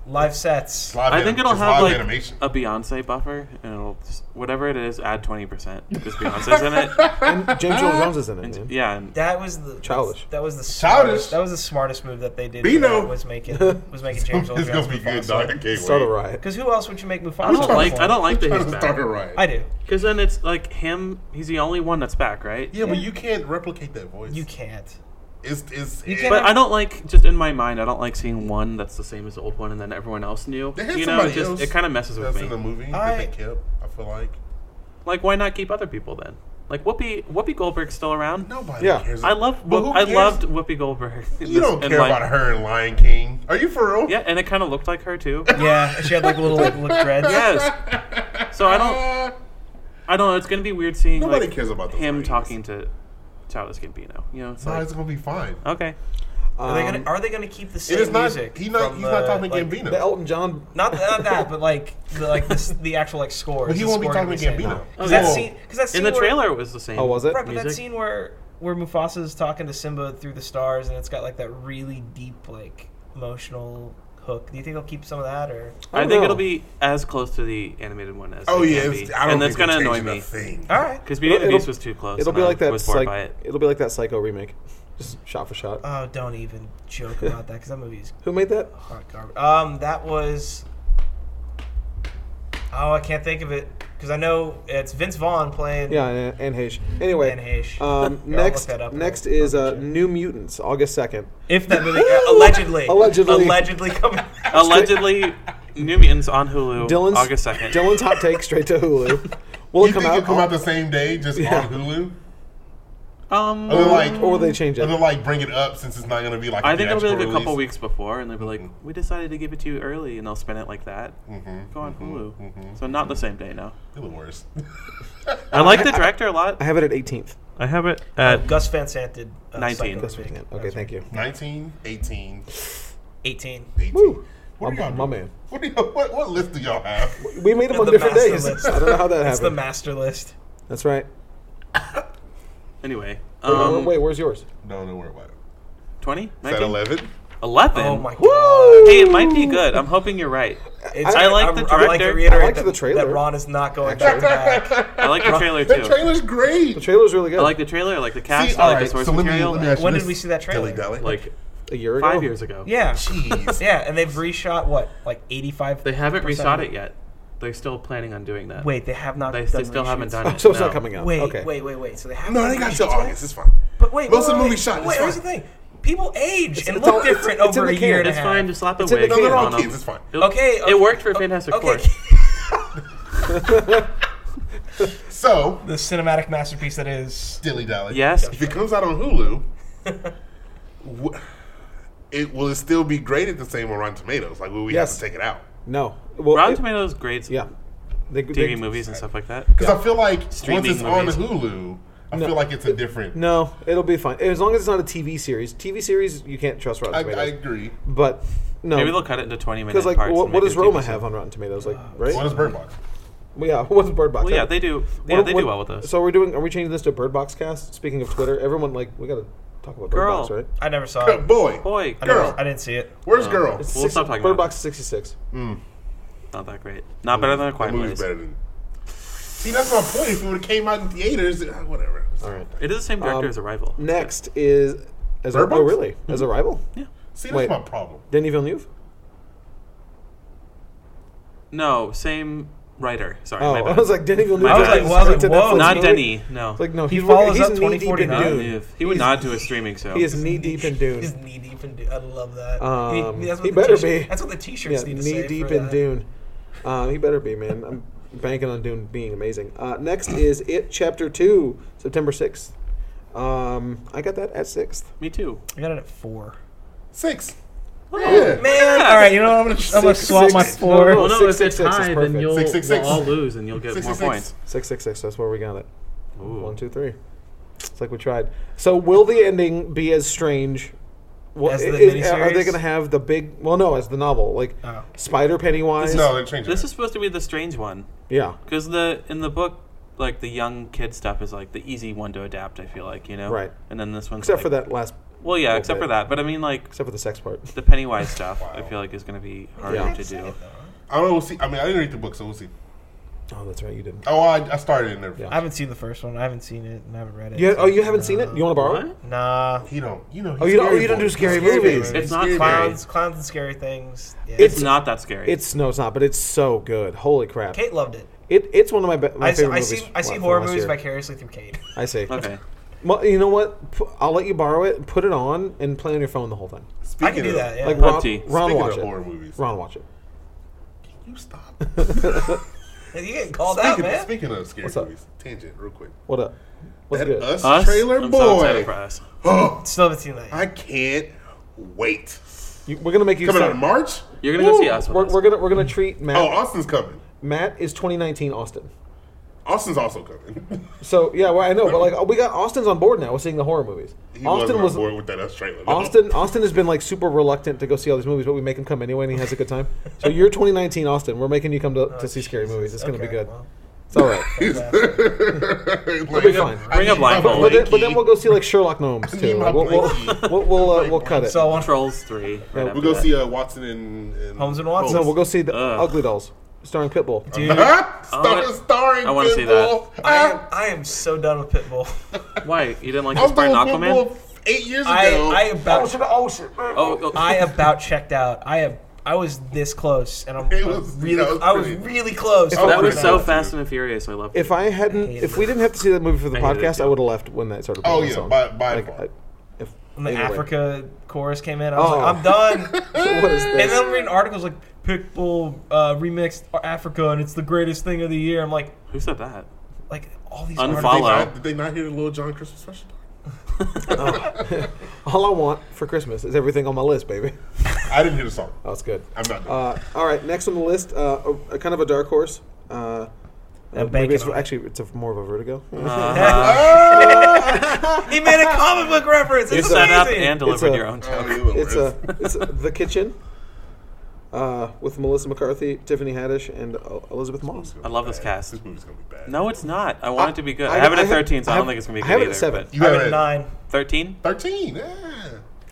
live sets.
It's live
I
anim-
think it'll
it's
have
live
like
animation.
a Beyonce buffer, and it'll just, whatever it is, add twenty percent. Because Beyonce's in it.
And James Earl Jones is in it. Man.
Yeah, and
That was the
Childish.
That was the
Childish.
smartest, That was the smartest move that they did.
Beano.
for that Was making was making James Earl
it's gonna be good, dog. I
Jones.
can't
Start a
wait.
riot.
Because who else would you make Mufasa?
I don't like. I don't like that
Trying
he's
to start a
back.
riot.
I do.
Because then it's like him. He's the only one that's back, right?
yeah, but you can't replicate that voice.
You can't.
It's it's.
You
it-
can't-
But I don't like just in my mind. I don't like seeing one that's the same as the old one, and then everyone else new.
They had
you know,
somebody
it just
else
it kind of messes with
That's in the
me.
movie that
I-
they kept. I feel like
Like, why not keep other people then? Like Whoopi Whoopi Goldberg's still around.
nobody
Yeah.
cares.
I love.
But who
I
cares?
loved Whoopi Goldberg. in
You
this-
don't
in
care
Lion-
about her in Lion King. Are you for real?
Yeah, and it kind of looked like her too.
Yeah, she had like little like little dreads.
yes. So I don't.
Uh,
I don't know. It's gonna be weird seeing
Nobody
like,
cares about those
him
ratings.
talking to Childish Gambino. You know, it's
no,
like
it's gonna be fine.
okay.
Are they
Um,
gonna Are they gonna keep Uh, the same
It is not.
music?
He not.
from
He's
the,
not talking
like,
Gambino.
the Elton John.
Not, not that, but like the, like this, the actual like score.
But he
Is the
won't be
score gonna
talking
the same?
Gambino.
Cause
Oh,
that
yeah.
scene, cause that scene
In the
where-
trailer, it was the same.
Oh, was it?
right? But that
music.
scene where where Mufasa's talking to Simba through the stars, and it's got like that really deep, like emotional hook. Do you think they'll keep some of that, or?
I
I
don't
think
know.
it'll be as close to the animated one as.
oh
it
yeah,
can
it's,
be.
I don't
and
think
that's gonna
they're
annoy
changing a
me
thing.
All right.
because Beauty and the
It'll-
Beast was too close.
It'll
and
be
I
like that.
Was bored
Psych-
by it.
it'll be like that Psycho remake, just shot for shot.
Oh, don't even joke about that because that movie is
Who made that?
hot garbage. Um, that was. Oh, I can't think of it because I know it's Vince Vaughn playing.
Yeah, and, and Heche. Anyway,
And Heche.
Um,
Here, I'll
next,
look that up.
next is uh,
Okay.
New Mutants, August second.
If that movie allegedly,
Allegedly.
allegedly coming.
Allegedly, New Mutants on Hulu,
Dylan's
August second.
Dylan's hot take straight to Hulu. Will
you
it come
think
out?
it'll come out the same day, just
Yeah.
on Hulu?
Um,
Or they'll like,
or will they change
or they'll
it?
like bring it up since it's not gonna be like.
I think it'll be like a
theatrical
couple
release?
weeks before, and they'll be like, "We decided to give it to you early," and they'll spin it like that. Go on Hulu. So not the same day now.
You're the worst.
I like the director a lot.
I have it at 18th.
I have it at
Gus Van Sant did uh,
19.
Psycho
Gus
That's
remake.
what I Okay, thank you.
19, 18,
18.
18.
Woo.
What do
My-
y'all do?
my man.
What, do y'all, what, what list do y'all have?
We made them on
the
different
master
days.
list.
I don't know how that
It's the
happened.
master list.
That's right.
anyway.
Wait, wait,
Um,
wait, where's yours?
No, don't worry about it.
20?
Is that 11?
11.
Oh my god.
Hey, it might be good. I'm hoping you're right.
It's-
I
like
I'm-
the
I like to
director.
I
reiterate
liked
that,
the trailer.
that Ron is not going
Actually.
back to back.
I like the trailer
That
too.
trailer's great.
The trailer's really good.
I like the trailer. I like the cast.
See,
I
all
like
right,
the source
so let me,
material.
let me ask you
When did
this,
we see that trailer?
Dilly Dally.
like
a year ago.
five years ago.
Yeah.
Jeez.
Yeah, and they've reshot what? Like 85
They haven't reshot it yet. They're still planning on doing that.
Wait, they have not
They,
done
they still haven't
reshoots.
done
Oh,
it.
so it's not
no.
coming out.
Wait,
okay.
wait, wait, wait. So they haven't
No,
done
they got
reshoots
till
yet?
August. It's fine.
But wait,
Most of
wait,
the
wait,
movie's shot,
Wait,
it's
here's the
fine.
thing. People age and
it's all-
look
it's-
different
it's in
over
the
a year
can.
and a
It's
half.
fine. Just slap a
It's in the
wig.
can. No, they're
all
on 'em.
kids, it's fine.
It-
Okay, okay.
It worked for Fantastic Four.
Okay.
So,
the cinematic masterpiece that is.
Dilly Dally.
Yes.
If it comes out on Hulu, wh- it will it still be graded the same on Rotten Tomatoes? Like, will we
Yes.
have to take it out?
No. Well,
Rotten
it-
Tomatoes grades
Yeah. Um, They,
TV movies and stuff like that.
Because I feel like
Streaming
once it's
movies.
on Hulu, I feel like it's a different.
No, it'll be fine as long as it's not a TV series. TV series you can't trust Rotten
I, I
Tomatoes.
agree.
but no,
Maybe they'll cut it into 20 minute
because like
parts.
what,
and
what
make
does
it a
Roma
TV
have on Rotten Tomatoes? Like right?
Uh, What is Bird Box?
Well, yeah, what's Bird Box?
Well, yeah, they do. Yeah,
What-
they
what-
do well with us.
So we're doing. Are we changing this to Bird Box Cast? Speaking of Twitter, everyone like we gotta talk about Bird
Girl.
Box, right?
I never saw it.
Boy,
Boy,
I,
girl.
never, I didn't see it.
where's girl?
It's
We'll stop talking
Bird
about
Box is sixty six.
not that great. Not better than a
That
Quiet
movie's
Place.
better than. See, that's my point. If it would have came out in theaters, it- whatever.
All right.
It is the same director
Um,
as Arrival.
Next is as
Bird
a, oh
Box?
really
Mm-hmm.
as a rival.
Yeah.
See, that's
Wait.
my problem.
Denis Villeneuve.
No, same writer. Sorry,
Oh,
my
I
bad.
was like Denis Villeneuve.
I was
just
like,
well, I was
straight
like,
to
whoa.
Netflix
not
movie.
Denny. No,
It's like no,
He
he's,
follows
he's
up
knee deep in
2049.
Dune.
If he would not do a streaming show.
He is knee deep in Dune.
He's knee deep in Dune. I love that.
Um,
He-
he
the
better
t-shirt-
be.
That's what the T-shirts
yeah,
need to
knee
say
deep
for
in
that.
Dune. Uh, he better be, man. I'm banking on Dune being amazing. Uh, next is It Chapter Two, September sixth. Um, I got that at sixth.
Me too.
I got it at four.
Six.
Oh,
Yeah.
Man, all right, you know what? I'm gonna, I'm gonna
Six,
swap my
six.
four.
No,
Well,
no,
no,
Oh, six,
if
six,
it's
six is
tied,
perfect.
then you'll
Six, six,
we'll
six.
all lose and you'll get
Six,
more
six, six.
points.
Six six six. That's where we got it.
Ooh.
One two three. It's like we tried. So will the ending be as strange? Well,
As the
are they
miniseries?
going to have the big? Well, no, as the novel, like
Oh.
Spider Pennywise.
No, they're changing.
This
it.
is supposed to be the strange one
Yeah.
because the in the book, like the young kid stuff is like the easy one to adapt. I feel like you know,
Right.
And then this one's
Except
like-
for that last.
Well, yeah,
little
except
bit.
for that. But I mean, like
Except for the sex part.
the Pennywise stuff, I
Wow.
feel like is going to be harder
Yeah.
to do.
I don't know. We'll see. I mean, I didn't read the book, so we'll see.
Oh, that's right. You didn't.
Oh, I, I started in there.
Yeah.
I haven't seen the first one. I haven't seen it, and I haven't read it.
Yeah. Oh, you haven't seen it. You want to borrow it?
What?
Nah.
He don't. You know.
Oh, you don't- oh, you don't do scary movies.
It's not
Clowns, clowns, and scary things. Yeah.
It's,
It's-
not that scary.
It's no, it's not. But it's so good. Holy crap!
Kate loved it.
It, it's one of my, be- my
I, s-
favorite
I
movies.
see. I see
from
horror
last
movies
year.
vicariously through Kate.
I see.
okay.
Well, you know what? P- I'll let you borrow it. Put it on and play on your phone the whole time.
Speaking
I can do
of,
that. Yeah.
Like
Pub
Ron,
tea.
Ron
speaking
watch
of
it.
horror movies,
Ron watch it.
you stop.
you get called out,
speaking,
man.
speaking of scary
What's up?
movies, tangent real quick.
What up? What's
that
good?
Us,
Us?
trailer
I'm so excited for
boy.
us.
Still haven't seen that. Yet.
I can't wait.
You- we're gonna make you.
Coming
sit-
out in March.
You're going to go see
Woo!
us. with
We're,
us.
we're gonna we're gonna treat Matt.
Oh, Austin's coming.
Matt is 2019 Austin.
Austin's also coming.
So yeah, well, I know, but like we got Austin's on board now. We're seeing the horror movies.
he
Austin
wasn't
was
on board with that Us trailer. though.
Austin Austin has been like super reluctant to go see all these movies, but we make him come anyway, and he has a good time. So you're 2019 Austin. We're making you come to, to see scary movies. It's gonna be
Oh, Okay,
good.
well.
It's all right.
like,
be fine.
I
Bring a
need my
blindfold.
But then, but
blankie.
then we'll go see like Sherlock Gnomes
need
too.
my
Like, we'll, we'll,
blankie.
we'll, we'll, uh,
My
we'll cut it.
So I want
Trolls 3. Right
we'll
after
We'll go
that.
see uh, Watson and, and
Holmes and Watson.
no, we'll go see the
Ugh.
Ugly Dolls starring Pitbull.
Dude, I,
Star,
wanna-
starring
I wanna see that.
Pitbull.
am,
Ah,
I am so done with Pitbull.
Why? You didn't like
I was
this part in
doing
Aquaman?
Pitbull eight years
I
ago.
I
Uh,
about
Oh, oh,
I about checked out. I have I was this close, and I'm
It was-
really
yeah, it was
I was
pretty-
really close.
Oh,
that was
no.
so fast and furious. I love it.
If I hadn't,
hated
if
it.
we didn't have to see that movie for the
I hated it
podcast, I
too.
would have left when that started.
Oh,
playing
yeah,
that song.
by- by far.
if,
when the
anyway.
Africa chorus came in, I was
Oh.
like, I'm done.
what is
and
this?
then I'm reading articles like Pitbull uh, remixed Africa, and it's the greatest thing of the year. I'm like,
Who said that?
like all these
Unfollow.
did, they
articles.
not, did they not hear the Little John Christmas special?
All I want for Christmas is everything on my list, baby.
I didn't hear the song.
Oh, it's good.
I'm not.
Uh, all right, next on the list, uh, a, a kind of a dark horse. Uh, uh, maybe
banking
it's
on it.
actually it's a, more of a vertigo.
Uh,
He made a comic book reference.
You
It's
set up
amazing.
and delivered
a-
your
Oh,
own joke.
It's a it's a, the kitchen uh, with Melissa McCarthy, Tiffany Haddish, and uh, Elizabeth Moss.
I love this cast.
This movie's gonna be bad.
No, it's not. I want it to be good. I, have it at
had-
13, so I,
had-
don't think it's going to be
I
good
have it
either.
at seven.
but-
you
I have
have
it at nine.
13?
Thirteen. Yeah.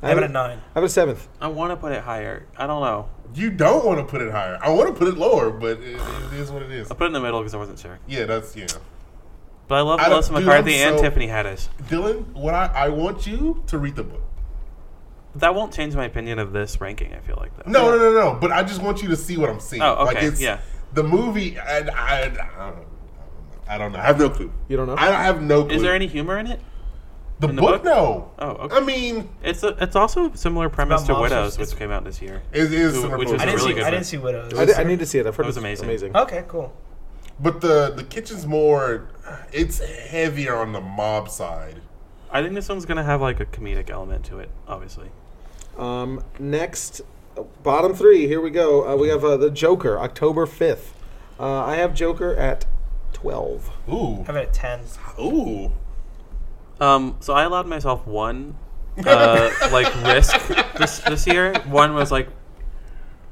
I
I have it at nine.
I have it at seventh.
I want to put it higher. I don't know.
You don't want to put it higher. I want to put it lower, but it, it is what it is.
I'll put it in the middle because I wasn't sure.
Yeah, that's yeah.
But I love
I don't-
Melissa
dude, I'm
McCarthy and
so-
Tiffany Haddish.
Dylan, what I, I want you to read the book.
That won't change my opinion of this ranking, I feel like, though.
No, no, no, no. But I just want you to see what I'm seeing.
Oh, okay,
Like it's
yeah.
the movie. And I, I, don't know. I don't know. I have no clue.
You don't know?
I have no clue.
Is there any humor in it?
the,
in the
book?
book?
No.
Oh, okay.
I mean,
It's a, it's also a similar premise
about
to
monsters.
Widows,
It's-
which came out this year.
it is
Ooh,
similar
which
to
is
I
a
didn't
really
see.
good
I
one.
didn't see Widows.
I, di- I need to see it. I've heard
That was
it's
amazing.
amazing.
Okay, cool.
But the the kitchen's more. It's heavier on the mob side.
I think this one's going to have, like, a comedic element to it, obviously.
Um, next, uh, bottom three. Here we go. Uh, we have uh, the Joker, October fifth. Uh, I have Joker at twelve.
Ooh.
I have it at ten.
Ooh.
Um, so I allowed myself one, uh, like risk this this year. One was like,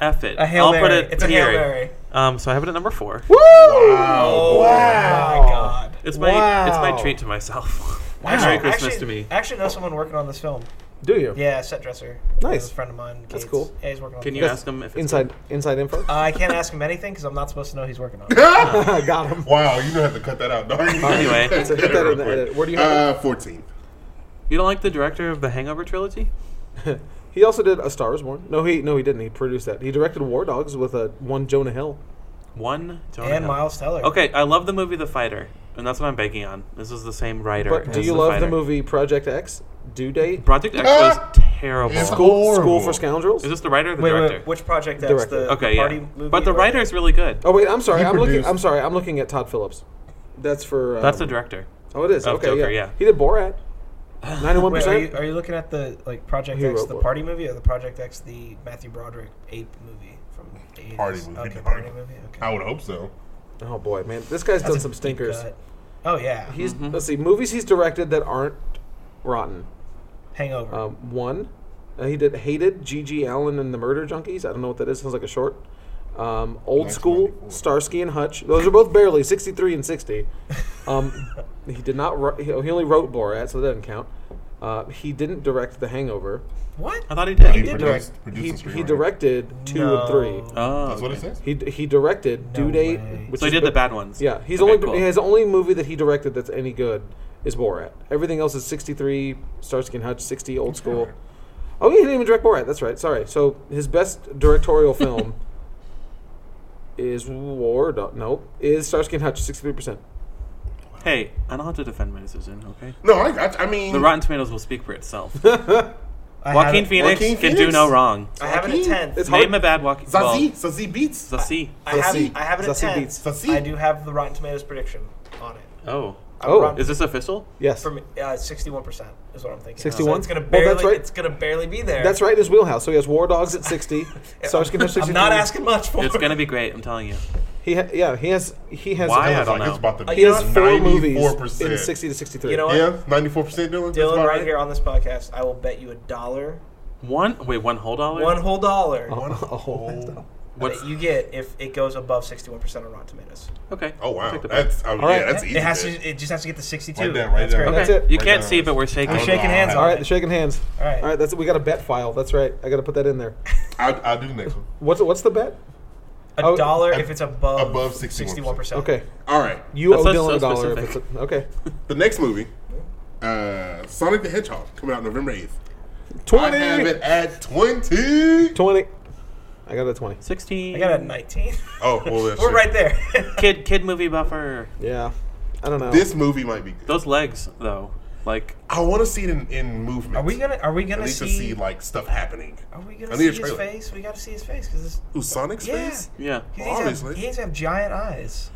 "F it,
A hail
I'll
mary.
put it
it's a
here."
hail mary.
Um, so I have it at number four.
Woo!
Oh,
Wow.
my god.
It's my it's my
Wow.
treat to myself.
Wow.
Merry Christmas
actually,
to me.
Actually, know someone working on this film.
Do you?
Yeah, set dresser.
Nice.
A friend of mine.
That's
Gates.
cool.
Yeah, he's working on
Can
it.
you ask him if it's
Inside inside info.
Uh, I can't ask him anything because I'm not supposed to know he's working on it.
wow,
Got him.
you don't have to cut that out, dog.
Anyway.
So hit that in the edit. Where do you have
Uh, 14.
good? You don't like the director of the Hangover trilogy?
He also did A Star Is Born. No, he no he didn't. He produced that. He directed War Dogs with a one Jonah Hill.
One Jonah
and
Hill.
Miles Teller.
Okay, I love the movie The Fighter, and that's what I'm banking on. This is the same writer.
But do
as
you love
Fighter.
the movie Ah! Project X? Due date?
Project X was terrible.
It's
Is
cool.
School,
Horrible.
School for Scoundrels.
this the writer or the
Wait,
director?
wait, which project? That's
Director.
the
okay,
party
yeah.
movie.
But the
or-
writer is really good.
oh wait, I'm sorry.
He
I'm looking.
produced-
I'm sorry. I'm looking at Todd Phillips. That's for. Um,
That's the director.
Oh, it is.
of
okay,
Joker,
yeah.
yeah.
He did Borat. Ninety-one
Wait, are you,
percent.
are you looking at the like Project
He
X,
wrote
the
one.
party movie, or the Project X, the Matthew Broderick ape movie from the 80s?
Party movie,
Okay,
darn.
party movie. Okay.
I would hope so.
Oh boy, man, this guy's
That's a
done some
deep
stinkers.
cut. Oh yeah,
He's
Mm-hmm.
let's see movies he's directed that aren't rotten.
Hangover.
Um, one, uh, he did hated G.G. Allen and the Murder Junkies. I don't know what that is. Sounds like a short. Um, old school
1994.
Starsky and Hutch. Those are both barely sixty-three and sixty. Um, he did not. wri- He he only wrote Borat, so that doesn't count. Uh, he didn't direct The Hangover.
what?
I thought he did.
He
did
produced, produced
He,
and
he
screenwrote.
directed two
No.
and three.
Oh,
That's what it
okay.
says.
He d- he directed
No
Due Date,
way.
which
So he
is
did the
ba-
bad ones.
Yeah, he's
Okay,
only
cool.
his only movie that he directed that's any good is Borat. Everything else is '63, Starsky and Hutch, '60, old school. Oh, yeah, he didn't even direct Borat. That's right. Sorry. So his best directorial film is War. Do- Nope, is Starsky and Hutch, sixty-three percent.
Hey, I don't have to defend my decision, okay?
No, I, I, I mean,
The Rotten Tomatoes will speak for itself.
I have
Joaquin
it-
Phoenix
Joaquin
can do
Phoenix?
no wrong.
I have it at
Joaquin?
ten.
It's hard.
Name a bad Joaquin.
Zazie,
Well,
Zazie beats.
Zazie.
I have
Zazie.
it. I have it at
Zazie
ten.
beats.
Zazie.
I do have the Rotten Tomatoes prediction on it.
Oh.
Oh.
Rotten-
Is this official?
Yes,
For me, uh, sixty-one percent is what I'm thinking.
61?
So it's gonna
Well,
barely.
that's right.
It's gonna barely be there.
that's right. in His wheelhouse. So he has War Dogs at sixty. Starsky and Hutch. 63.
I'm not asking much for.
It's
it.
gonna be great. I'm telling you.
He ha- yeah, he has he has
Why?
That
I
was
don't
like,
know.
It's about the
Uh,
he
you know
has
what?
four movies
94%.
in sixty to sixty-three.
You know what?
Yeah, ninety-four percent, Dylan. That's
Dylan,
about
right here
Oh,
on this podcast, I will bet you a dollar,
One wait, one whole dollar?
one whole dollar,
One
Oh,
What's,
that you get if it goes above sixty-one percent on Rotten Tomatoes.
okay.
oh
I'll
wow,
take the bet.
that's oh, yeah,
right.
that's easy.
It has
bet.
to. It just has to get to sixty-two.
Right there, right
That's
there.
great.
okay.
That's it.
You
Right
can't
now.
see, but we're shaking.
We're
shaking hands
All
on it.
right, the shaking hands.
All right.
All right, that's we got a bet file. That's right. I got to put that in there.
I'll, I'll do the next one.
What's what's the bet?
A
Oh,
dollar
ab-
if it's above
above
61
61%.
percent.
Okay,
All right,
you
That's
owe
so-
Dylan
so
a dollar. If it's
specific.
a, okay,
the next movie, uh, Sonic the Hedgehog, coming out November eighth. I have
20,
it at twenty.
20. I got a twenty.
Sixteen.
I got a nineteen.
Oh well, that's
We're
true.
right there.
kid kid movie buffer.
Yeah, I don't know.
This movie might be good.
Those legs though, like
I want to see it in, in movement.
are we gonna? Are we
I
gonna
need to
see?
see like stuff happening.
are we gonna
I need
see
a
his
trailer.
face? We gotta see his face because
Ooh, Sonic's
yeah,
face.
yeah.
he needs, to
Obviously.
have, he needs to have giant eyes.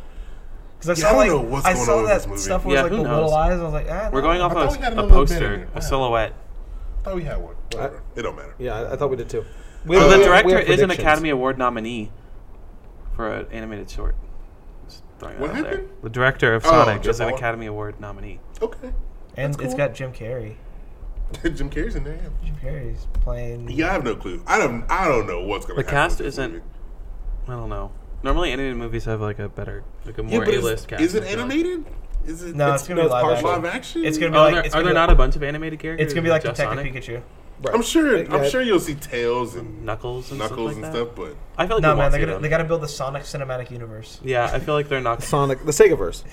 Because I
Yeah, I don't
saw like
know what's
I
going
saw
on with
that
this movie.
stuff where
Yeah,
it was
who
like the little
knows?
eyes. I was like, ah,
We're going off
thought we got
of a
another bit in
poster,
here.
a silhouette.
thought we had one. Whatever. it don't matter.
yeah, I, I thought we did too. We
Well,
have- we
The
have- we
director
have
is an
predictions.
Academy Award nominee for an animated short. Just throwing that
What
out
happened?
There. The director of
Oh,
Sonic
Jeff
is an
Howard.
Academy Award nominee.
Okay.
and
That's
it's
cool.
got Jim Carrey.
Jim Carrey's in there. yeah.
Jim Carrey's playing.
Yeah, I have no clue. I don't. I don't know what's gonna.
The
happen
cast
with this
isn't
movie.
I don't know. Normally, animated movies have like a better, like a
Yeah,
more
but
A-list
is,
cast.
is it
I feel like.
animated? Is it?
No, it's, gonna
no, it's
be live action.
partial.
live action.
It's gonna be
Oh,
like
there-
it's
are
gonna be
there not a
like,
bunch of animated characters?
It's gonna be like
Just
Detective
Sonic?
Pikachu.
Right.
I'm sure. I'm
Yeah.
sure you'll see tails and
Knuckles and
knuckles
stuff like
and
that.
stuff, but
I feel like
No man,
we won't
they
see
gotta,
them.
they gotta build the Sonic cinematic universe.
Yeah, I feel like they're not.
Sonic, the Segaverse.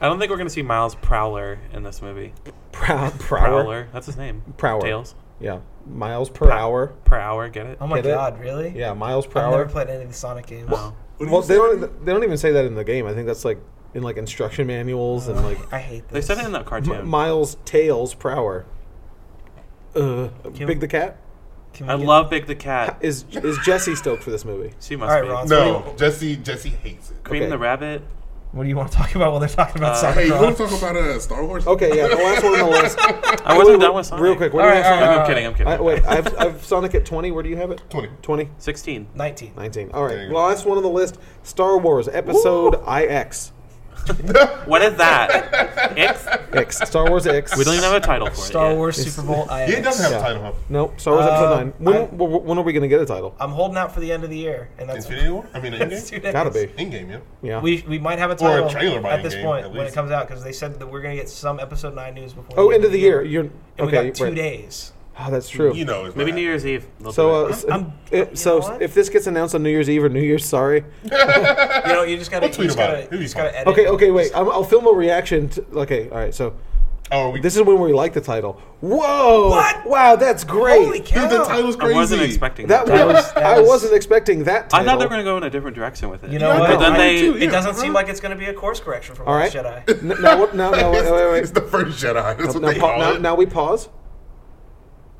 I don't think we're gonna see Miles Prowler in this movie.
Prow, Prowler.
Prowler, that's his name.
Prowler.
Tails
Yeah, miles per hour.
per hour. Get it?
Oh my
Get it?
god, really?
Yeah, miles per
I've never
hour.
played any of the Sonic games.
No.
What do
Well,
you
they
say?
don't. They don't even say that in the game. I think that's like in like instruction manuals and like
I hate
They
this.
said it in that cartoon.
M- miles tails per hour. Uh,
Can-
Big the cat
Can we
I
get-
love Big the Cat.
is is Jesse stoked for this movie?
She must
All right,
be.
Ron.
No, Jesse. Jesse hates it.
Cream
Okay.
the Rabbit.
What do you want to talk about while they're talking about
Uh,
Sonic?
Hey, you
Ron?
want to talk about uh, Star Wars?
Okay, yeah, the last one on the list.
I wasn't
Wait,
done
wait,
with Sonic.
Real quick, what
All
do you
right,
have
all
Sonic?
right,
I'm,
all right.
kidding. I'm kidding.
I, wait, I've, I've Sonic at 20. Where do you have it?
Twenty.
20?
Sixteen.
19.
19. All right.
There you go.
Last one on the list Star Wars Episode IX.
What is that? X.
X. Star Wars X.
We don't even have a title for it.
Star
yet.
Wars
It's-
Super Bowl IX.
He doesn't have
Yeah.
a title. Huh?
Nope. Star Wars
Uh,
Episode 9. When,
I- Uh,
w- when are we going to get a title?
I'm holding out for the end of the year, and that's
Infinity War. I mean,
that's two
Endgame.
days.
Gotta be.
Endgame, yeah.
Yeah.
We, we might have a
Or a
title
trailer by
at this
Endgame,
point
at
when it
least.
comes out because they said that we're gonna get some episode nine news before.
oh, end of the year. You're
And
okay.
we got two
right.
days.
Oh, that's true.
You know, it's
Maybe
not
New Year's Eve. they'll
so,
do
uh,
it.
s-
I'm-
it-
you know
so
what?
if this gets announced on New Year's Eve or New Year's, sorry.
You know, you just gotta.
We'll
you
tweet
just
about it.
gotta,
It'll be
you just gotta
fine.
edit.
Okay, okay, wait. I'm, I'll film a reaction. To, okay, all right. So
happening. Oh, we,
this is when we like the title. Whoa!
What?
Wow, that's great.
Holy
dude,
cow!
the title's
I
uh, crazy.
wasn't expecting
That,
that.
That
was,
was- that
I
was-
wasn't expecting that
I
title.
thought they were going to go in a different direction with it.
You know
Yeah, I
what?
But then
I
they.
did too,
It
yeah.
doesn't seem like it's going to be a course correction from
All right.
Last Jedi.
N- now, what- now, now, wait, wait, wait.
It's the first Jedi. That's what
Now,
they
pa-
call
now-
it.
now we pause.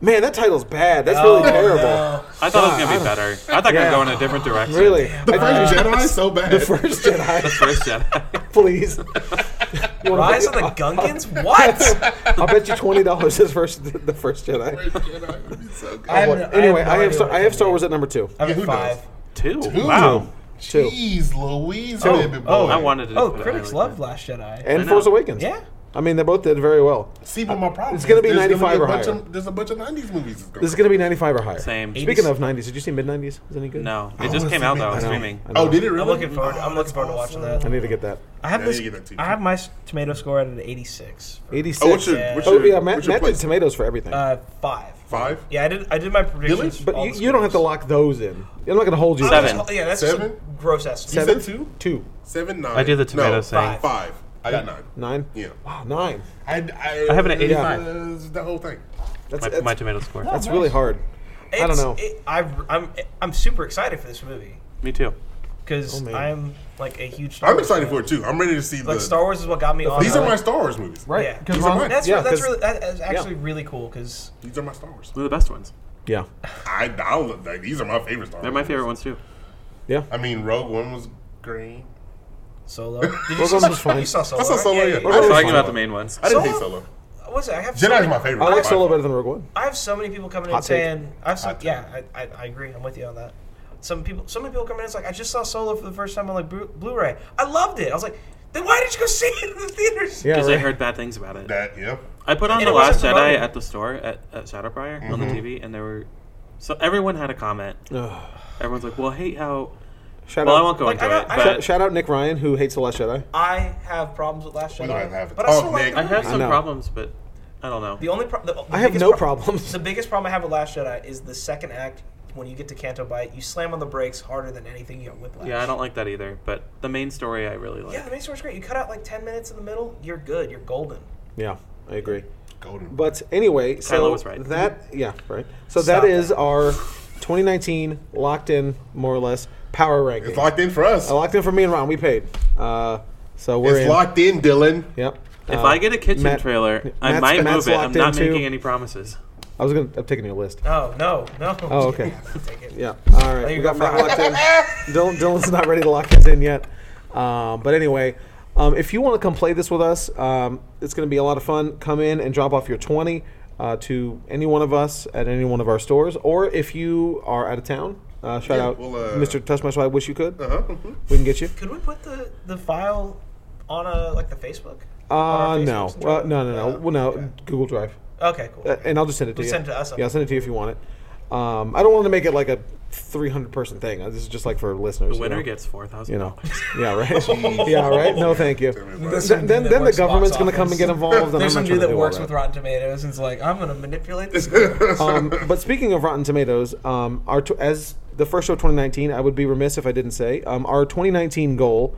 Man, that title's bad. That's
Oh,
really terrible.
no.
I thought it was going to be better. I
Yeah.
thought they were going in a different direction.
Really,
the
I-
first Jedi is so bad.
the first Jedi,
First Jedi.
please. You wanna
Rise of
bet-
the Gungans? What?
I'll bet you twenty dollars is first the first Jedi.
so good.
I have no- I
Anyway, I
no
have
idea
Star,
what Oh,
I
it
have
could
Star
be.
Wars at number two.
I'm
Yeah,
at
who knows?
five.
Two.
Two.
Wow.
Two.
Jeez Louise,
Two.
baby boy.
Oh,
I wanted to.
Oh,
put it
critics
highlight
love
that.
Last Jedi.
and
I know.
Force Awakens.
yeah.
I mean they both did very well.
See, but my problem
It's
is
gonna be
there's
95
a
or
bunch
higher.
Of, there's a bunch of 90s movies. that's gonna
This is going to be ninety five or higher.
Same.
Speaking of nineties, did you see mid nineties? Is any good? Oh,
No,
I
it just
wanna
came
see
out
Midnight
though.
Mass.
Streaming.
I know.
Oh, did it really?
I'm looking forward. I'm
Oh,
looking forward to
that's
watching
I
that.
need to get that.
I have
Yeah,
this.
you get that too.
I have my s- tomato score at an 86.
Eighty six.
Oh, what's your, what's
Oh
your,
yeah, Matt,
what's your
Matt did
place?
tomatoes for everything.
Uh, five.
Five?
Yeah, I did. I did my predictions.
Really?
but
all
you,
the
you don't have to
scores.
lock those in. I'm not going to hold you.
Seven.
Oh, yeah, that's
Seven?
just a gross estimate.
You
Seven?
said two?
Two.
Seven, nine.
I did the tomato
no,
thing.
Five. five. I got nine.
Nine.
Yeah.
Wow, nine.
I, I,
I have it at
uh,
85.
The whole thing.
That's
My,
that's,
my tomato score.
Oh,
that's really hard. I don't
It's-
know.
It, I, I'm I'm super excited for this movie
Me too.
because
Oh, man.
I'm like a huge. Star
I'm
Wars
excited
fan.
for it too. I'm ready to see
Like
the.
Star Wars is what got me on.
These are my
like-
Star Wars movies.
Right.
Yeah.
'cause
These are
Ron-
mine.
That's
yeah,
that's
'cause-
really that is actually really cool because
These are my Star Wars.
They're the best ones.
yeah,
I, I don't like these are my favorite Star Wars.
They're my favorite
movies.
ones too.
yeah.
I mean, Rogue One was green.
Solo. Did you,
Rogue
see,
One was fine.
you saw Solo?
I saw Solo, yeah.
right?
I'm
Rogue One's
talking about
fine.
the main ones.
I didn't
Solo?
hate Solo.
What was it? I have so
Jedi's
many-
my favorite.
I like
by
Solo
far.
better than Rogue One.
I have so many people coming in
Hot take.
saying, "I've so,
Hot take.
yeah, I, I, I agree. I'm with you on that." Some people, so many people come in. It's like I just saw Solo for the first time on like Blu- Blu-ray. I loved it. I was like, then why did you go see it in the theaters?
Yeah,
Because I
right.
heard bad things about it.
That, yeah.
I put on
And
The
it wasn't
Last Jedi
promoted.
at the store at, at Shadowbriar on the TV, and there were. So everyone had a comment.
Ugh.
Everyone's like, well, I hate how.
Shout
Well, I
out.
won't go
Like,
into
I got-
it,
I
Shout,
but
shout out Nick Ryan who hates the Last Jedi.
I have problems with Last
We
Jedi,
don't have it.
but
Oh,
I still
Nick.
like
I
the
have
movie.
some
No.
problems, but I don't know.
The only pro- the, the
I have
biggest
no
pro-
problems.
The biggest problem I have with Last Jedi is the second act. When you get to Canto Bite, you slam on the brakes harder than anything you got Whiplash.
Yeah, I don't like that either. But the main story, I really like.
Yeah, the main story's great. You cut out like ten minutes in the middle, you're good. You're golden.
Yeah, I agree.
Golden.
But anyway, so
was right.
that yeah, right. So
Stop
that is
that.
our 2019 locked in more or less power ranking.
It's locked in for us.
Uh, locked in for me and Ron. We paid. Uh, so we're
It's
in.
locked in, Dylan.
Yep.
If
Uh,
I get a kitchen
Matt-
trailer, I
Matt's-
might
Matt's
move it. I'm
locked
not
in, too.
making any promises.
I was gonna. I'm taking your list.
Oh no, no.
Oh, okay.
Yeah, I'll take it.
Yeah. All right.
you
We
go
got
for
Matt locked in. Dylan, Dylan's not ready to lock us in yet. Um, but anyway, um, if you want to come play this with us, um, it's going to be a lot of fun. Come in and drop off your 20 uh, to any one of us at any one of our stores. Or if you are out of town, uh, shout
Yeah,
out
we'll, uh,
Mr. Touch My Soul. I wish you could.
Uh-huh. mhm.
We can get you.
Could we put the, the file on a like the Facebook?
Uh,
On our
no.
Facebooks and
Well,
stuff?
no, no, no.
Uh,
Well, no.
okay.
Google Drive.
Okay, cool.
Uh, and I'll just send it to
Just
you.
send it to us,
Yeah, I'll send it to you if you want it. Um, I don't want to make it like a 300 person thing. Uh, This is just like for listeners.
The winner
you know?
gets four thousand.
You know, yeah, right, yeah, right. No, thank you.
Tell me
Then,
about it.
then, then
That
the
works box
government's going to come
office.
and get involved. and I'm
There's
not
some dude
trying to
that
do all
works
that.
with Rotten Tomatoes and is like, I'm gonna manipulate this.
um, but speaking of Rotten Tomatoes, um, our tw- as the first show of 2019, I would be remiss if I didn't say um, our 2019 goal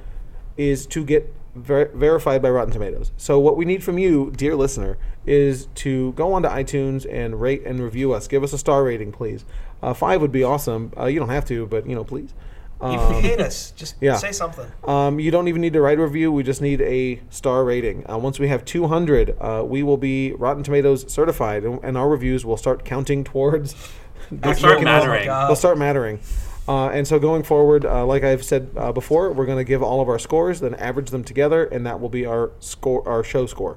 is to get ver- verified by Rotten Tomatoes. So what we need from you, dear listener, is to go onto iTunes and rate and review us. Give us a star rating, please. Uh, five would be awesome. Uh, you don't have to, but you know, please. Um,
Even if you hate us, just
yeah.
say something.
Um, you don't even need to write a review. We just need a star rating. Uh, once we have 200, uh, we will be Rotten Tomatoes certified, and, and our reviews will start counting towards.
They'll start
Making-
mattering.
Oh my God.
They'll start mattering. Uh, and so going forward, uh, like I've said uh, before, we're going to give all of our scores, then average them together, and that will be our score, our show score.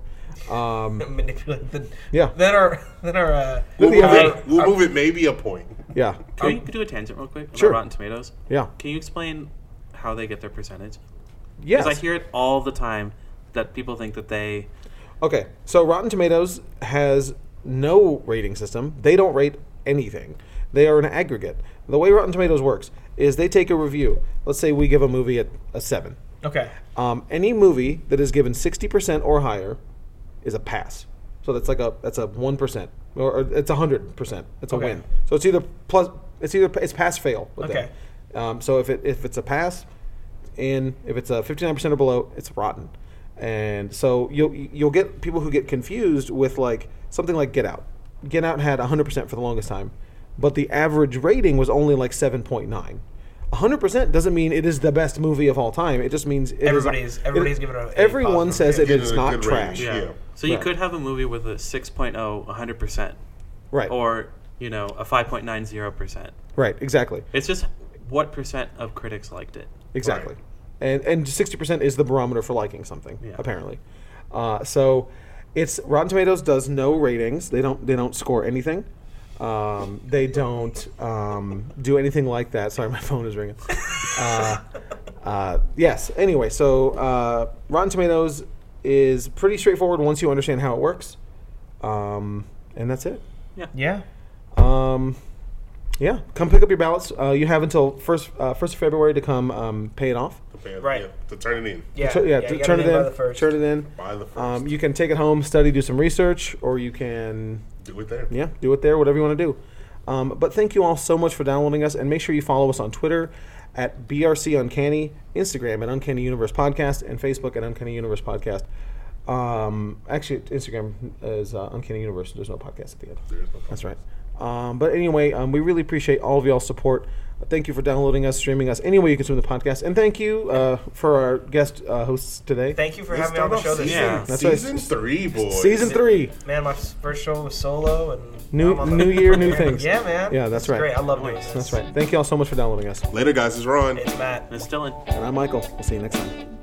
Um,
manipulate the.
Yeah.
Then our then our. Uh,
We'll, move
Yeah.
it, we'll move it maybe a point.
yeah,
Can we do a tangent real quick about
Sure.
Rotten Tomatoes?
yeah,
Can you explain how they get their percentage?
yes.
Because I hear it all the time that people think that they.
Okay, so Rotten Tomatoes has no rating system. They don't rate anything. They are an aggregate. The way Rotten Tomatoes works is they take a review. Let's say we give a movie a, a seven.
okay.
Um, any movie that is given sixty percent or higher is a pass. So that's like a that's a one percent or, or it's a hundred percent. It's a
Okay.
win. So it's either plus it's either it's pass fail. With
Okay.
Them. Um, so if it if it's a pass, and if it's a fifty nine percent or below, it's rotten. And so you'll you'll get people who get confused with like something like Get Out. Get Out had hundred percent for the longest time, but the average rating was only like seven point nine. 100% doesn't mean it is the best movie of all time. It just means it is-
Everybody is- everybody is giving it a- a
everyone
positive
says it
rating.
is
Give it a
not
good
trash.
rating. Yeah.
So you
Right.
could have a movie with a oh, 6.0 100%.
Right.
Or, you know, a 5.90%.
right. Exactly.
It's just what percent of critics liked it.
Exactly. and and sixty percent is the barometer for liking something
Yeah.
apparently. Uh, so it's Rotten Tomatoes does no ratings. They don't they don't score anything. Um, they don't um, do anything like that. Sorry, my phone is ringing. Uh, uh, yes. Anyway, so uh, Rotten Tomatoes is pretty straightforward once you understand how it works, um, and that's it.
Yeah.
Um, yeah, come pick up your ballots. Uh, you have until first uh, first of February to come um, pay it off.
To pay-
Right.
yeah, to turn it in.
Yeah.
Tu- tu-
you gotta
turn
do
it
by
in.
the first.
Turn it in.
Buy the first.
Um, you can take it home, study, do some research, or you can
Do it there.
yeah, do it there, whatever you want to do. Um, but thank you all so much for downloading us, and make sure you follow us on Twitter at BRC Uncanny, Instagram at Uncanny Universe Podcast, and Facebook at Uncanny Universe Podcast. Um, actually, Instagram is uh, Uncanny Universe. There's no podcast at the end.
There's no
That's right. Um, but anyway, um, we really appreciate all of y'all's support. Thank you for downloading us, streaming us, any way you consume the podcast, and thank you uh, for our guest uh, hosts today.
Thank you for
Let's
having me on the
start
show
off
this
season,
Yeah.
That's right.
season three, boys.
Season three.
year. Man, my first show was solo and
New-
now I'm on
new year, new things.
Yeah, man.
Yeah, that's
It's
right.
Great. I love doing this.
That's right. Thank you all so much for downloading us.
Later, guys. It's Ron.
It's Matt.
It's Dylan.
And I'm Michael. We'll see you next time.